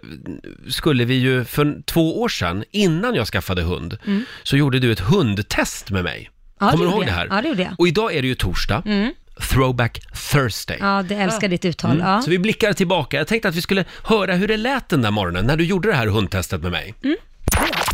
[SPEAKER 1] skulle vi ju för två år sedan, innan jag skaffade hund,
[SPEAKER 2] Mm.
[SPEAKER 1] så gjorde du ett hundtest med mig.
[SPEAKER 2] Ja, det
[SPEAKER 1] Kommer du
[SPEAKER 2] gjorde
[SPEAKER 1] ihåg
[SPEAKER 2] jag.
[SPEAKER 1] det här?
[SPEAKER 2] Ja, det gjorde jag.
[SPEAKER 1] Och idag är det ju torsdag,
[SPEAKER 2] Mm.
[SPEAKER 1] throwback Thursday.
[SPEAKER 2] Ja, det älskar ditt uttal.
[SPEAKER 1] Mm.
[SPEAKER 2] Ja.
[SPEAKER 1] Så
[SPEAKER 2] Mm.
[SPEAKER 1] vi blickar tillbaka. Jag tänkte att vi skulle höra hur det lät den där morgonen när du gjorde det här hundtestet med mig.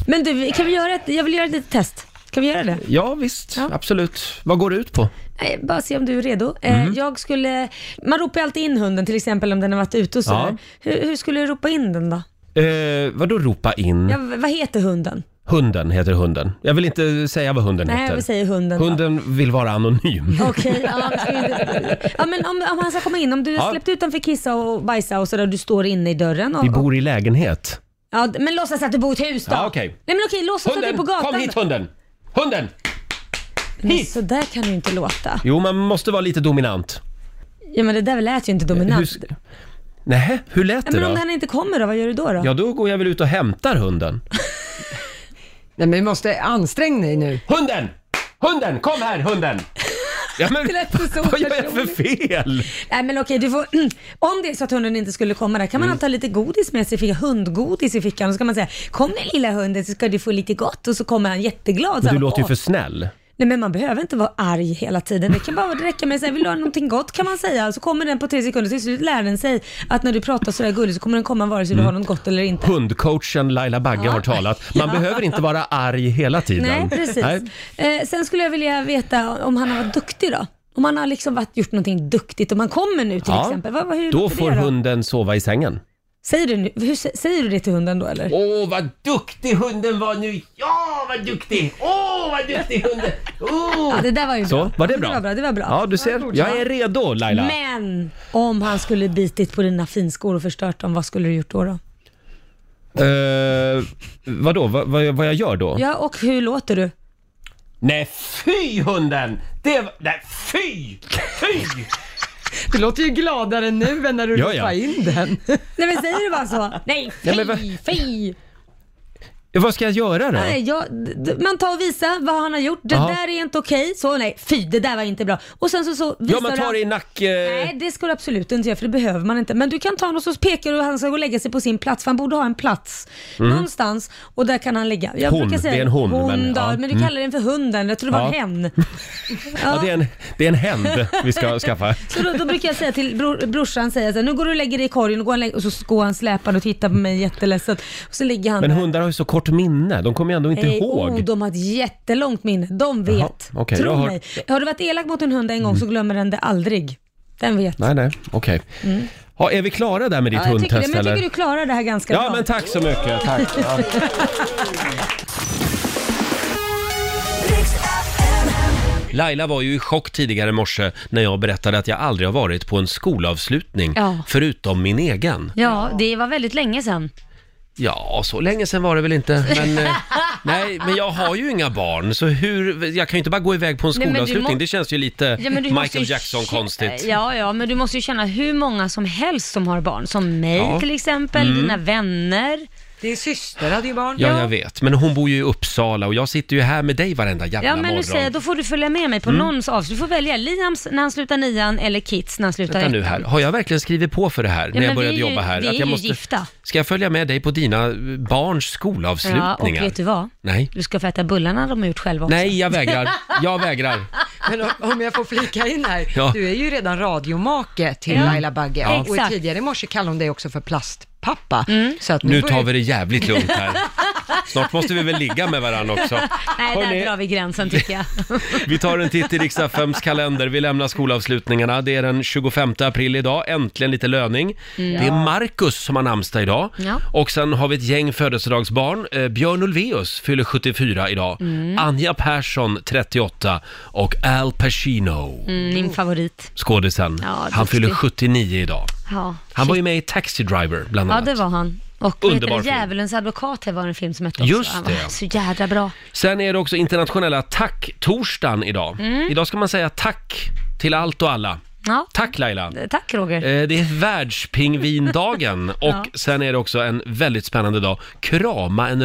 [SPEAKER 2] Men du, kan vi göra ett, jag vill göra ett litet test. Kan vi göra det?
[SPEAKER 1] Ja, visst. Absolut. Vad går det ut på?
[SPEAKER 2] Nej, bara se om du är redo. Eh,
[SPEAKER 1] Mm.
[SPEAKER 2] Jag skulle, man ropar ju alltid in hunden till exempel om den har varit ute och sådär.
[SPEAKER 1] Ja.
[SPEAKER 2] Hur, hur skulle du ropa in den då?
[SPEAKER 1] Eh, vadå ropa in?
[SPEAKER 2] Ja, v- vad heter hunden?
[SPEAKER 1] Hunden heter hunden. Jag vill inte säga vad hunden
[SPEAKER 2] Nej,
[SPEAKER 1] heter.
[SPEAKER 2] vi säger hunden då.
[SPEAKER 1] Hunden vill vara anonym.
[SPEAKER 2] Okej, ja, vi ska inte- ja, men om, om han ska komma in, om du
[SPEAKER 1] Ja.
[SPEAKER 2] har släppt ut den för kissa och bajsa och sådär, du står inne i dörren. Och,
[SPEAKER 1] Vi bor i lägenhet.
[SPEAKER 2] ja, d- men låtsas att du bor i ett hus då.
[SPEAKER 1] Ja, okej.
[SPEAKER 2] Nej men okej, låtsas att du är på
[SPEAKER 1] Hunden!
[SPEAKER 2] gatan.
[SPEAKER 1] Kom hit hunden! Hunden!
[SPEAKER 2] Men så där kan du inte låta.
[SPEAKER 1] Jo, man måste vara lite dominant.
[SPEAKER 2] Ja men det där lät ju inte
[SPEAKER 1] Hur
[SPEAKER 2] dominant.
[SPEAKER 1] ska- Nej, hur lät
[SPEAKER 2] Ja,
[SPEAKER 1] det
[SPEAKER 2] men om
[SPEAKER 1] då?
[SPEAKER 2] han inte kommer då, vad gör du då? då?
[SPEAKER 1] Ja, då går jag väl ut och hämtar hunden.
[SPEAKER 3] Nej, men vi måste anstränga dig nu.
[SPEAKER 1] Hunden! Hunden! Kom här hunden! Ja,
[SPEAKER 2] *laughs*
[SPEAKER 1] men,
[SPEAKER 2] Det lät så
[SPEAKER 1] *laughs* vad gör jag för
[SPEAKER 2] opersonligt.
[SPEAKER 1] fel?
[SPEAKER 2] Nej men okej, du får, *clears throat* om det är så att hunden inte skulle komma där kan man
[SPEAKER 1] Mm.
[SPEAKER 2] alltid ha lite godis med sig i fickan, hundgodis i fickan. Och så kan man säga, kom nu lilla hunden så ska du få lite gott och så kommer han jätteglad. Så
[SPEAKER 1] Men
[SPEAKER 2] här,
[SPEAKER 1] du låter ju
[SPEAKER 2] "Åh."
[SPEAKER 1] för snäll.
[SPEAKER 2] Nej men man behöver inte vara arg hela tiden. Det kan bara räcka med att säga, vill du ha någonting gott kan man säga. Så kommer den på tre sekunder, till slut lär den sig att när du pratar sådär gulligt så kommer den komma vare sig du har
[SPEAKER 1] Mm.
[SPEAKER 2] något gott eller inte.
[SPEAKER 1] Hundcoachen Laila Bagge
[SPEAKER 2] Ja.
[SPEAKER 1] har talat. Man
[SPEAKER 2] Ja.
[SPEAKER 1] behöver inte vara arg hela tiden.
[SPEAKER 2] Nej precis. Eh, sen skulle jag vilja veta om han har varit duktig då? Om han har liksom varit, gjort någonting duktigt, om han kommer nu till
[SPEAKER 1] Ja.
[SPEAKER 2] exempel. Vad, vad, hur
[SPEAKER 1] Då
[SPEAKER 2] låter
[SPEAKER 1] får
[SPEAKER 2] det
[SPEAKER 1] hunden sova i sängen.
[SPEAKER 2] Säger du, nu- hur, sä- säger du det till hunden då eller?
[SPEAKER 1] Åh, vad duktig hunden var nu! Ja, vad duktig! Åh, vad duktig hunden! Oh.
[SPEAKER 2] Ja, det där var ju
[SPEAKER 1] Så,
[SPEAKER 2] bra.
[SPEAKER 1] var det
[SPEAKER 2] Ja,
[SPEAKER 1] bra?
[SPEAKER 2] Det var bra. Det var bra.
[SPEAKER 1] Ja, du ser. Jag är redo Laila.
[SPEAKER 2] Men om han skulle bitit på dina finskor och förstört dem, vad skulle du gjort då? då?
[SPEAKER 1] Eh, vadå, vad, vad, jag- vad jag gör då?
[SPEAKER 2] Ja, och hur låter du?
[SPEAKER 1] Nej, fy hunden! Det var... Nej, fy! Fy!
[SPEAKER 3] Du låter ju gladare nu än när du
[SPEAKER 1] Ja,
[SPEAKER 3] ropar
[SPEAKER 1] ja.
[SPEAKER 3] in den.
[SPEAKER 2] Nej men säger du bara så? Nej,
[SPEAKER 1] *laughs* Nej, men
[SPEAKER 2] fy, fy!
[SPEAKER 1] Eh, Vad ska jag göra då?
[SPEAKER 2] Nej, jag, d- d- man tar och visar vad han har gjort. Det
[SPEAKER 1] Jaha.
[SPEAKER 2] där är inte okej. Så nej, fy, det där var inte bra. Och sen så, så visar
[SPEAKER 1] ja, man
[SPEAKER 2] du
[SPEAKER 1] tar
[SPEAKER 2] han-
[SPEAKER 1] det i nack... eh,
[SPEAKER 2] Nej, det ska du absolut inte göra för det behöver man inte. Men du kan ta honom och så pekar du och han ska gå och lägga sig på sin plats för han borde ha en plats
[SPEAKER 1] Mm.
[SPEAKER 2] någonstans och där kan han ligga.
[SPEAKER 1] Hon, det är en hon, men-
[SPEAKER 2] men, då,
[SPEAKER 1] ja.
[SPEAKER 2] men du
[SPEAKER 1] Mm.
[SPEAKER 2] kallar den för hunden. Jag tror det var en
[SPEAKER 1] Ja.
[SPEAKER 2] hen.
[SPEAKER 1] Ja, det är en, det är en hämnd
[SPEAKER 2] *laughs*
[SPEAKER 1] vi ska skaffa.
[SPEAKER 2] Så då, då brukar jag säga till bror, brorsan, säga så här, nu går du och lägger dig i korgen och, går han, lä- och så går han släpande och tittar på mig jätteledset. Och så ligger han
[SPEAKER 1] Men
[SPEAKER 2] där.
[SPEAKER 1] hundar har ju så kort minne, de kommer ju ändå inte
[SPEAKER 2] Nej,
[SPEAKER 1] ihåg.
[SPEAKER 2] Oh, de har ett jättelångt minne. De vet.
[SPEAKER 1] okej,
[SPEAKER 2] Tro
[SPEAKER 1] jag har- Mm.
[SPEAKER 2] mig. Har du varit elak mot en hund en gång så glömmer den det aldrig. Den vet.
[SPEAKER 1] Nej, nej, okej.
[SPEAKER 2] Mm.
[SPEAKER 1] Ja, är vi klara där med ditt
[SPEAKER 2] Ja, jag tycker det,
[SPEAKER 1] hundtest
[SPEAKER 2] men jag
[SPEAKER 1] eller?
[SPEAKER 2] tycker du klarar det här ganska bra.
[SPEAKER 1] Ja, men tack så
[SPEAKER 2] *laughs*
[SPEAKER 1] mycket. Tack. Ja. Laila var ju i chock tidigare i morse när jag berättade att jag aldrig har varit på en skolavslutning,
[SPEAKER 2] Ja.
[SPEAKER 1] förutom min egen.
[SPEAKER 2] Ja, det var väldigt länge sedan.
[SPEAKER 1] Ja, så länge sedan var det väl inte. Men,
[SPEAKER 2] *laughs*
[SPEAKER 1] eh, nej, men jag har ju inga barn, så hur, jag kan ju inte bara gå iväg på en
[SPEAKER 2] Nej, men du
[SPEAKER 1] skolavslutning.
[SPEAKER 2] må-
[SPEAKER 1] Det känns ju lite
[SPEAKER 2] Ja, men du måste
[SPEAKER 1] Michael
[SPEAKER 2] ju
[SPEAKER 1] Jackson-konstigt.
[SPEAKER 2] Ja, ja, men du måste ju känna hur många som helst som har barn. Som mig
[SPEAKER 1] Ja.
[SPEAKER 2] till exempel,
[SPEAKER 1] Mm.
[SPEAKER 2] dina vänner.
[SPEAKER 3] Din syster hade ju barn.
[SPEAKER 1] Ja, jag vet. Men hon bor ju i Uppsala och jag sitter ju här med dig varenda jävla
[SPEAKER 2] Ja, men
[SPEAKER 1] morgon.
[SPEAKER 2] du säger, jag, då får du följa med mig på
[SPEAKER 1] Mm.
[SPEAKER 2] någons avslut. Du får välja Liams när han slutar nian eller Kits när han slutar
[SPEAKER 1] Vänta nu
[SPEAKER 2] ettan.
[SPEAKER 1] här, har jag verkligen skrivit på för det här
[SPEAKER 2] Ja,
[SPEAKER 1] när jag
[SPEAKER 2] men
[SPEAKER 1] började
[SPEAKER 2] vi är ju-
[SPEAKER 1] jobba här?
[SPEAKER 2] vi är
[SPEAKER 1] jag
[SPEAKER 2] ju gifta.
[SPEAKER 1] Ska jag följa med dig på dina eh, barns
[SPEAKER 2] Ja,
[SPEAKER 1] skolavslutningar?
[SPEAKER 2] och vet du vad?
[SPEAKER 1] Nej.
[SPEAKER 2] Du ska få äta bullarna de har gjort själva också.
[SPEAKER 1] Nej, jag vägrar. Jag vägrar.
[SPEAKER 3] Men om- om jag får flika in här,
[SPEAKER 1] Ja.
[SPEAKER 3] du är ju redan radiomake till
[SPEAKER 1] Mm.
[SPEAKER 3] Laila Bagge
[SPEAKER 1] Ja.
[SPEAKER 3] och
[SPEAKER 1] Exakt. Mm.
[SPEAKER 3] tidigare i morse kallade hon dig också för plastpappa. Så att
[SPEAKER 1] Nu
[SPEAKER 3] börjar-
[SPEAKER 1] tar vi det jävligt lugnt här. Snart måste vi väl ligga med varandra också.
[SPEAKER 2] Nej,
[SPEAKER 1] Hörrni.
[SPEAKER 2] där drar vi gränsen tycker
[SPEAKER 1] *laughs*
[SPEAKER 2] jag.
[SPEAKER 1] Vi tar en titt i Riks-FMs kalender. Vi lämnar skolavslutningarna. Det är den 25 april idag. Äntligen lite löning.
[SPEAKER 2] Mm.
[SPEAKER 1] Det är
[SPEAKER 2] Ja.
[SPEAKER 1] Marcus som har namnsdag idag.
[SPEAKER 2] Ja.
[SPEAKER 1] Och sen har vi ett gäng födelsedagsbarn. Eh, Björn Ulvaeus fyller 74 idag.
[SPEAKER 2] Mm.
[SPEAKER 1] Anja Persson 38 och Al Pacino,
[SPEAKER 2] Mm, min favorit.
[SPEAKER 1] skådisen.
[SPEAKER 2] Ja,
[SPEAKER 1] han
[SPEAKER 2] duktig.
[SPEAKER 1] fyller 79 idag.
[SPEAKER 2] Ja,
[SPEAKER 1] Han var ju med i Taxi Driver bland
[SPEAKER 2] ja
[SPEAKER 1] annat.
[SPEAKER 2] det var han. Och vad heter
[SPEAKER 1] Underbar
[SPEAKER 2] det?
[SPEAKER 1] film.
[SPEAKER 2] Djävulens advokat här var en film som hette
[SPEAKER 1] Just
[SPEAKER 2] också. Han var
[SPEAKER 1] det.
[SPEAKER 2] Så jädra bra.
[SPEAKER 1] Sen är det också internationella tack-torsdagen idag.
[SPEAKER 2] Mm.
[SPEAKER 1] Idag ska man säga tack till allt och alla.
[SPEAKER 2] Ja.
[SPEAKER 1] Tack Laila!
[SPEAKER 2] Tack Roger.
[SPEAKER 1] Eh, Det
[SPEAKER 2] *laughs*
[SPEAKER 1] är världspingvindagen och
[SPEAKER 2] Ja.
[SPEAKER 1] sen är det också en väldigt spännande dag. Krama en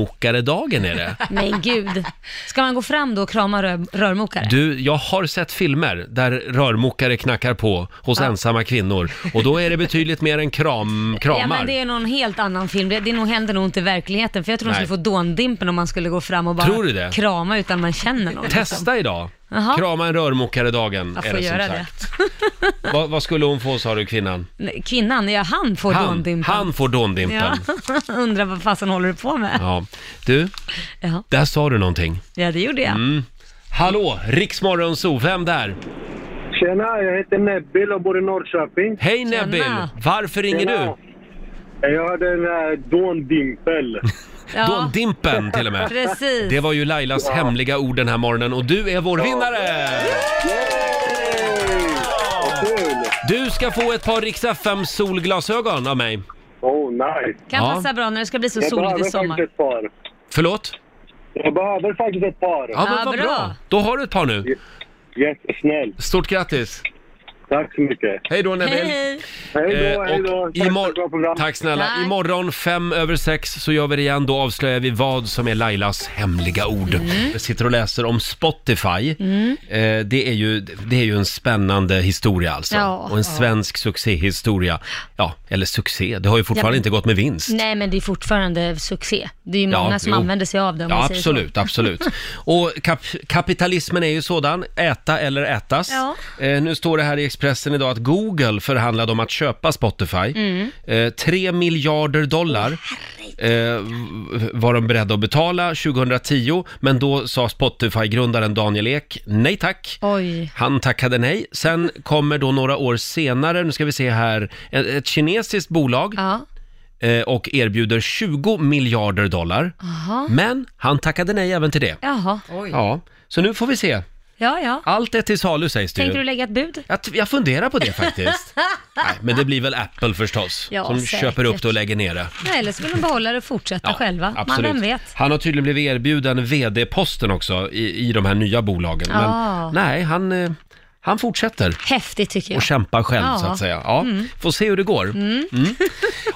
[SPEAKER 1] rörmokare-dagen är det.
[SPEAKER 2] Men gud. Ska man gå fram då och krama rör, rörmokare?
[SPEAKER 1] Du, jag har sett filmer där rörmokare knackar på hos
[SPEAKER 2] Ja.
[SPEAKER 1] ensamma kvinnor och då är det betydligt mer än
[SPEAKER 2] *laughs*
[SPEAKER 1] kram,
[SPEAKER 2] Ja,
[SPEAKER 1] kramar.
[SPEAKER 2] men det är någon helt annan film. Det, det nog, händer nog inte i verkligheten. För jag tror de
[SPEAKER 1] Nej.
[SPEAKER 2] skulle få dåndimpen om man skulle gå fram och bara
[SPEAKER 1] Tror du det?
[SPEAKER 2] krama utan man känner någon. liksom.
[SPEAKER 1] Testa idag.
[SPEAKER 2] Jaha.
[SPEAKER 1] Krama en rörmokare-dagen
[SPEAKER 2] Jag
[SPEAKER 1] är
[SPEAKER 2] får
[SPEAKER 1] det som
[SPEAKER 2] göra
[SPEAKER 1] sagt. Vad, vad skulle hon få sa du kvinnan?
[SPEAKER 2] det. *laughs* Kvinnan, ja han får
[SPEAKER 1] Han,
[SPEAKER 2] dåndimpen.
[SPEAKER 1] han får dåndimpen.
[SPEAKER 2] Ja. *laughs* Undrar vad fasen håller du på med?
[SPEAKER 1] *laughs* Ja. Du,
[SPEAKER 2] Ja,
[SPEAKER 1] där sa du någonting.
[SPEAKER 2] ja det gjorde jag.
[SPEAKER 1] Mm. Hallå, Riksmorgon Zoo, vem där?
[SPEAKER 16] Tjena, jag heter Nebbil och bor i Norrköping.
[SPEAKER 1] Hej Nebbil! Varför ringer
[SPEAKER 16] Tjena. du? Jag hörde den här
[SPEAKER 1] *laughs*
[SPEAKER 16] dåndimpel.
[SPEAKER 1] du? Dåndimpen till och med.
[SPEAKER 16] Precis.
[SPEAKER 1] Det var ju Lailas hemliga ord den här morgonen och du är vår vinnare! Du ska få ett par Rix FM solglasögon av mig.
[SPEAKER 16] Oh, nice.
[SPEAKER 2] Kan passa bra när det ska bli så
[SPEAKER 16] jag
[SPEAKER 2] soligt i
[SPEAKER 16] behöver
[SPEAKER 2] sommar.
[SPEAKER 16] faktiskt ett par.
[SPEAKER 1] Förlåt?
[SPEAKER 16] Jag behöver faktiskt ett par.
[SPEAKER 1] Ja, men vad bra. Då har du ett par nu.
[SPEAKER 16] Jättesnäll.
[SPEAKER 1] Stort grattis!
[SPEAKER 16] Tack så mycket.
[SPEAKER 1] Hej då Nebbil!
[SPEAKER 16] Hej då,
[SPEAKER 1] Eh,
[SPEAKER 16] hej då.
[SPEAKER 1] och
[SPEAKER 16] Tack för ett
[SPEAKER 1] imor-
[SPEAKER 16] bra program.
[SPEAKER 1] Tack snälla.
[SPEAKER 16] Tack.
[SPEAKER 1] Imorgon fem över sex så gör vi det igen. Då avslöjar vi vad som är Lailas hemliga ord. Jag sitter och läser om Spotify.
[SPEAKER 2] Mm.
[SPEAKER 1] Eh, det, är ju, det är ju en spännande historia alltså.
[SPEAKER 2] Ja.
[SPEAKER 1] och en svensk succéhistoria. Ja, eller succé. Det har ju fortfarande
[SPEAKER 2] Ja, men-
[SPEAKER 1] inte gått med vinst.
[SPEAKER 2] Nej, men det är fortfarande succé. Det är ju
[SPEAKER 1] Ja,
[SPEAKER 2] många som
[SPEAKER 1] jo.
[SPEAKER 2] använder sig av det om
[SPEAKER 1] Ja,
[SPEAKER 2] man säger så. *laughs*
[SPEAKER 1] absolut, absolut. Och kap kapitalismen är ju sådan, äta eller ätas.
[SPEAKER 2] Ja.
[SPEAKER 1] Eh, nu står det här i Expressen idag att Google förhandlade om att köpa Spotify.
[SPEAKER 2] Mm.
[SPEAKER 1] Eh, 3 miljarder dollar eh, v- var de beredda att betala 2010, men då sa Spotify-grundaren Daniel Ek nej tack.
[SPEAKER 2] Oj.
[SPEAKER 1] Han tackade nej. Sen kommer då några år senare, nu ska vi se här, ett, ett kinesiskt bolag
[SPEAKER 2] Ja.
[SPEAKER 1] eh, och erbjuder 20 miljarder dollar.
[SPEAKER 2] Jaha.
[SPEAKER 1] Men han tackade nej även till det.
[SPEAKER 2] Jaha. Oj. Ja,
[SPEAKER 1] Ja, så nu får vi se.
[SPEAKER 2] ja. ja.
[SPEAKER 1] Allt är till salu sägs det
[SPEAKER 2] Tänkte du
[SPEAKER 1] ju.
[SPEAKER 2] lägga ett bud?
[SPEAKER 1] Jag, t- jag funderar på det
[SPEAKER 2] *laughs*
[SPEAKER 1] faktiskt. Nej, men det blir väl Apple förstås,
[SPEAKER 2] Ja,
[SPEAKER 1] som
[SPEAKER 2] säkert.
[SPEAKER 1] köper upp det och lägger ner det.
[SPEAKER 2] Nej, eller så vill de behålla det och fortsätta själva. Man, vem vet?
[SPEAKER 1] Han har tydligen blivit erbjuden vd-posten också i, i de här nya bolagen.
[SPEAKER 2] Ah.
[SPEAKER 1] Men nej, han, eh, han fortsätter
[SPEAKER 2] Häftigt tycker jag.
[SPEAKER 1] och kämpar själv
[SPEAKER 2] Ja.
[SPEAKER 1] så att säga. Ja,
[SPEAKER 2] Mm.
[SPEAKER 1] Får se hur det går.
[SPEAKER 2] Mm.
[SPEAKER 1] Mm.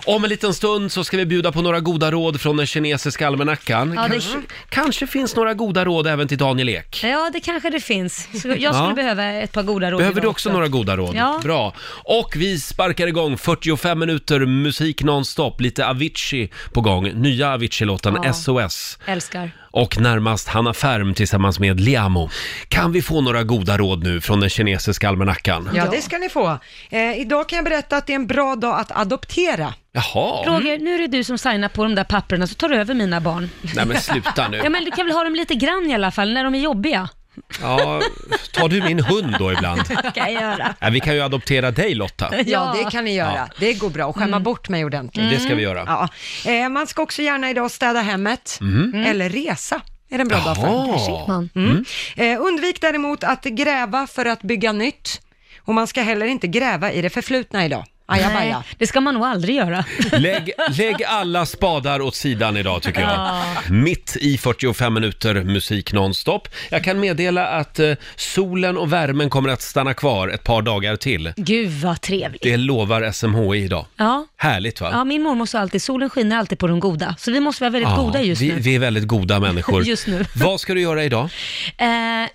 [SPEAKER 1] Om en liten stund så ska vi bjuda på några goda råd från den kinesiska almanackan.
[SPEAKER 2] Ja, det-
[SPEAKER 1] kanske, kanske finns några goda råd även till Daniel Ek.
[SPEAKER 2] Ja, det kanske det finns. Så jag skulle
[SPEAKER 1] Ja.
[SPEAKER 2] behöva ett par goda råd.
[SPEAKER 1] Behöver
[SPEAKER 2] idag
[SPEAKER 1] du också några goda råd?
[SPEAKER 2] Ja.
[SPEAKER 1] Bra. Och vi sparkar igång 45 minuter musik nonstop, lite Avicii på gång. Nya Avicii-låten
[SPEAKER 2] Ja.
[SPEAKER 1] SOS.
[SPEAKER 2] Älskar.
[SPEAKER 1] Och närmast Hanna Färm tillsammans med Liamo. Kan vi få några goda råd nu från den kinesiska almanackan?
[SPEAKER 3] Ja, det ska ni få. Eh, idag kan jag berätta att det är en bra dag att adoptera.
[SPEAKER 1] Jaha.
[SPEAKER 2] Roger, nu är det du som signar på de där papperna så tar du över mina barn.
[SPEAKER 1] Nej, men sluta nu.
[SPEAKER 2] Ja men du kan väl ha dem lite grann i alla fall när de är jobbiga.
[SPEAKER 1] Ja, tar du min hund då ibland?
[SPEAKER 2] kan jag göra.
[SPEAKER 1] Ja, vi kan ju adoptera dig Lotta.
[SPEAKER 3] Ja, det kan ni göra.
[SPEAKER 1] Ja.
[SPEAKER 3] Det går bra. Och skämma
[SPEAKER 1] Mm.
[SPEAKER 3] bort mig ordentligt.
[SPEAKER 1] Det ska vi göra.
[SPEAKER 3] Ja. Eh, man ska också gärna idag städa hemmet
[SPEAKER 1] Mm.
[SPEAKER 3] eller resa. Är det en bra dag
[SPEAKER 1] Jaha.
[SPEAKER 3] för? Där ser man.
[SPEAKER 1] Mm.
[SPEAKER 3] Mm. Eh, undvik däremot att gräva för att bygga nytt. Och man ska heller inte gräva i det förflutna idag. Ajabaja.
[SPEAKER 2] Nej, det ska man nog aldrig göra.
[SPEAKER 1] Lägg, lägg alla spadar åt sidan idag tycker jag.
[SPEAKER 2] Ja.
[SPEAKER 1] Mitt i 45 minuter musik nonstop. Jag kan meddela att eh, solen och värmen kommer att stanna kvar ett par dagar till.
[SPEAKER 2] *laughs* Gud vad trevligt.
[SPEAKER 1] Det lovar SMHI idag.
[SPEAKER 2] Ja.
[SPEAKER 1] Härligt va?
[SPEAKER 2] ja, min mormor sa alltid solen skiner alltid på de goda. Så vi måste vara väldigt
[SPEAKER 1] Ja,
[SPEAKER 2] goda just
[SPEAKER 1] vi,
[SPEAKER 2] nu.
[SPEAKER 1] Vi är väldigt goda människor.
[SPEAKER 2] *laughs* Just nu.
[SPEAKER 1] Vad ska du göra idag?
[SPEAKER 2] Eh,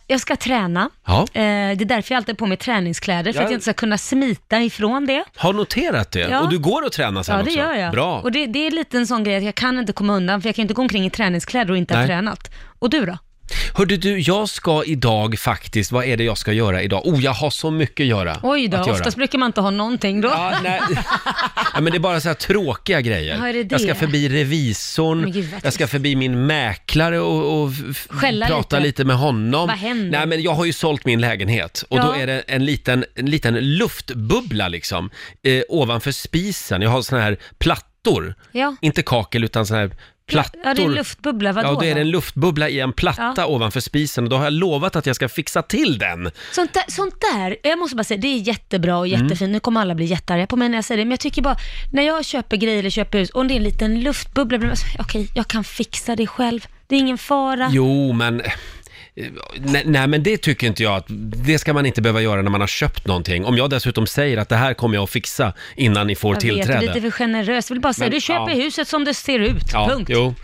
[SPEAKER 2] jag ska träna.
[SPEAKER 1] Ja.
[SPEAKER 2] Eh, det är därför jag alltid har på mig träningskläder, för
[SPEAKER 1] Ja. Alltså,
[SPEAKER 2] att jag inte ska kunna smita ifrån det.
[SPEAKER 1] Har noterat det?
[SPEAKER 2] Ja.
[SPEAKER 1] Och du går och tränar sen
[SPEAKER 2] Ja, det
[SPEAKER 1] också?
[SPEAKER 2] gör jag.
[SPEAKER 1] Bra.
[SPEAKER 2] Och det, det är lite en sån grej att jag kan inte komma undan, för jag kan ju inte gå omkring i träningskläder och inte ha
[SPEAKER 1] Nej.
[SPEAKER 2] tränat. Och du då?
[SPEAKER 1] Hörde du, jag ska idag faktiskt, vad är det jag ska göra idag? Oh, jag har så mycket att göra.
[SPEAKER 2] Oj då,
[SPEAKER 1] att göra.
[SPEAKER 2] oftast brukar man inte ha någonting då.
[SPEAKER 1] Ja,
[SPEAKER 2] *laughs*
[SPEAKER 1] nej. Ja, men det är bara så här tråkiga grejer.
[SPEAKER 2] Ja, är det det?
[SPEAKER 1] Jag ska förbi revisorn,
[SPEAKER 2] Men gud, vad
[SPEAKER 1] jag ska förbi min mäklare och, och f-
[SPEAKER 2] Skälla
[SPEAKER 1] prata
[SPEAKER 2] lite.
[SPEAKER 1] lite. med honom.
[SPEAKER 2] Vad händer?
[SPEAKER 1] Nej, men jag har ju sålt min lägenhet och då
[SPEAKER 2] Ja.
[SPEAKER 1] är det en liten, en liten luftbubbla liksom eh, ovanför spisen. Jag har såna här plattor,
[SPEAKER 2] Ja.
[SPEAKER 1] inte kakel utan såna här plattor.
[SPEAKER 2] Ja, det är en luftbubbla, vadå
[SPEAKER 1] Ja, då är det en
[SPEAKER 2] då?
[SPEAKER 1] luftbubbla i en platta
[SPEAKER 2] Ja.
[SPEAKER 1] ovanför spisen och då har jag lovat att jag ska fixa till den.
[SPEAKER 2] Sånt där, sånt där, jag måste bara säga, det är jättebra och
[SPEAKER 1] Mm.
[SPEAKER 2] jättefint. Nu kommer alla bli jättearga på mig när jag säger det, men jag tycker bara, när jag köper grejer eller köper hus och det är en liten luftbubbla, blir man så här, okej, jag kan fixa det själv. Det är ingen fara.
[SPEAKER 1] Jo, men... eh, Nej, nej, men det tycker inte jag att... Det ska man inte behöva göra när man har köpt någonting. Om jag dessutom säger att det här kommer jag att fixa innan ni får
[SPEAKER 2] jag
[SPEAKER 1] tillträde.
[SPEAKER 2] vet, du är lite för generös. Jag vill bara säga,
[SPEAKER 1] Men,
[SPEAKER 2] du köper
[SPEAKER 1] ja.
[SPEAKER 2] huset som det ser ut,
[SPEAKER 1] Ja,
[SPEAKER 2] punkt.
[SPEAKER 1] jo.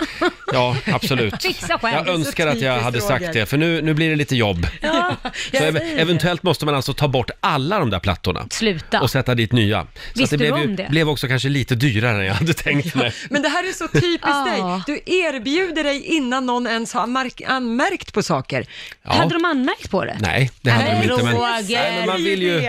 [SPEAKER 1] Ja, absolut.
[SPEAKER 2] *laughs* Fixa själv.
[SPEAKER 1] Jag
[SPEAKER 2] Det är så
[SPEAKER 1] önskar att jag
[SPEAKER 2] typiskt
[SPEAKER 1] hade
[SPEAKER 2] Roger.
[SPEAKER 1] sagt det, för nu, nu blir det lite jobb.
[SPEAKER 2] Ja,
[SPEAKER 1] Så
[SPEAKER 2] jag
[SPEAKER 1] ev-
[SPEAKER 2] säger det.
[SPEAKER 1] eventuellt måste man alltså ta bort alla de där plattorna
[SPEAKER 2] Sluta.
[SPEAKER 1] och sätta dit nya. Så att
[SPEAKER 2] Visste
[SPEAKER 1] det blev,
[SPEAKER 2] du
[SPEAKER 1] ju-
[SPEAKER 2] om det?
[SPEAKER 1] blev också kanske lite dyrare än jag hade tänkt mig.
[SPEAKER 3] Men det här är så typiskt dig. Du erbjuder dig innan någon ens har mark- anmärkt på saker.
[SPEAKER 2] Roger.
[SPEAKER 1] Ja.
[SPEAKER 2] Hade de anmärkt på det?
[SPEAKER 1] Nej, det hade de inte. Men,
[SPEAKER 2] Roger!
[SPEAKER 1] Nej, men man vill ju...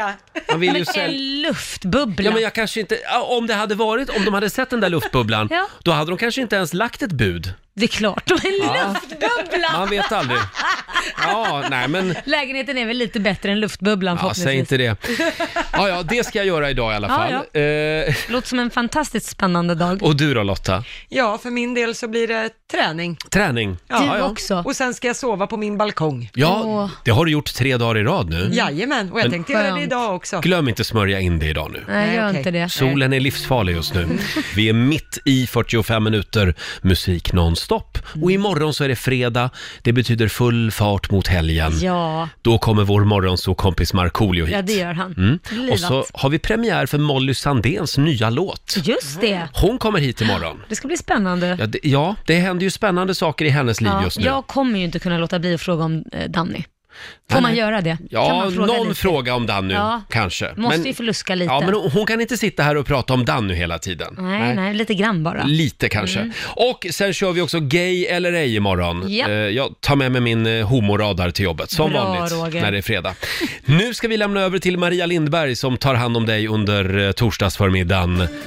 [SPEAKER 1] Man vill ju
[SPEAKER 2] men
[SPEAKER 1] sälja...
[SPEAKER 2] en luftbubbla.
[SPEAKER 1] Ja, men jag kanske inte... ja, Om det hade varit, om de hade sett den där luftbubblan,
[SPEAKER 2] Ja.
[SPEAKER 1] då hade de kanske inte ens lagt ett bud.
[SPEAKER 2] Det är klart, och en
[SPEAKER 1] Ja.
[SPEAKER 2] luftbubbla!
[SPEAKER 1] Man vet aldrig. Ja, nej men...
[SPEAKER 2] Lägenheten är väl lite bättre än luftbubblan
[SPEAKER 1] Ja, säg inte det. Ja, ja, det ska jag göra idag i alla
[SPEAKER 2] Ja,
[SPEAKER 1] fall. Eh,
[SPEAKER 2] Låter som en fantastiskt spännande dag.
[SPEAKER 1] och du då Lotta?
[SPEAKER 3] Ja, för min del så blir det träning.
[SPEAKER 1] Träning? ja, ja.
[SPEAKER 3] Och sen ska jag sova på min balkong.
[SPEAKER 1] Ja, det har du gjort tre dagar i rad nu.
[SPEAKER 3] Jajamän, och jag
[SPEAKER 1] Mm. Men-
[SPEAKER 3] tänkte göra det idag också.
[SPEAKER 1] Glöm inte smörja in det idag nu.
[SPEAKER 3] Nej, gör
[SPEAKER 2] inte det.
[SPEAKER 1] Solen är livsfarlig just nu. Vi är mitt i 45 minuter musik nonstop.
[SPEAKER 2] Mm.
[SPEAKER 1] Och imorgon så är det fredag. Det betyder full fart mot helgen.
[SPEAKER 2] Ja,
[SPEAKER 1] Då kommer vår morgonsåkompis Markoolio hit.
[SPEAKER 2] ja det gör han.
[SPEAKER 1] Mm.
[SPEAKER 2] Livat.
[SPEAKER 1] Och så har vi premiär för Molly Sandéns nya låt.
[SPEAKER 2] Just det.
[SPEAKER 1] Hon kommer hit imorgon.
[SPEAKER 2] Det ska bli spännande.
[SPEAKER 1] Ja det, ja, det händer ju spännande saker i hennes liv
[SPEAKER 2] Ja,
[SPEAKER 1] just nu.
[SPEAKER 2] jag kommer ju inte kunna låta bli att fråga om eh, Danny. Får man göra det? kan
[SPEAKER 1] Ja,
[SPEAKER 2] man fråga
[SPEAKER 1] någon
[SPEAKER 2] lite?
[SPEAKER 1] fråga om Danny,
[SPEAKER 2] Ja.
[SPEAKER 1] kanske.
[SPEAKER 2] Måste ju få luska lite.
[SPEAKER 1] Ja, men hon, hon kan inte sitta här och prata om Danny hela tiden.
[SPEAKER 2] Nej, nej, lite grann bara.
[SPEAKER 1] Lite kanske.
[SPEAKER 2] Mm.
[SPEAKER 1] Och sen kör vi också Gay eller ej imorgon.
[SPEAKER 2] Ja.
[SPEAKER 1] Eh, Jag tar med mig min eh, homoradar till jobbet, som
[SPEAKER 2] Bra,
[SPEAKER 1] vanligt,
[SPEAKER 2] Roger.
[SPEAKER 1] när det är fredag. Nu ska vi lämna över till Maria Lindberg som tar hand om dig under eh, torsdagsförmiddagen.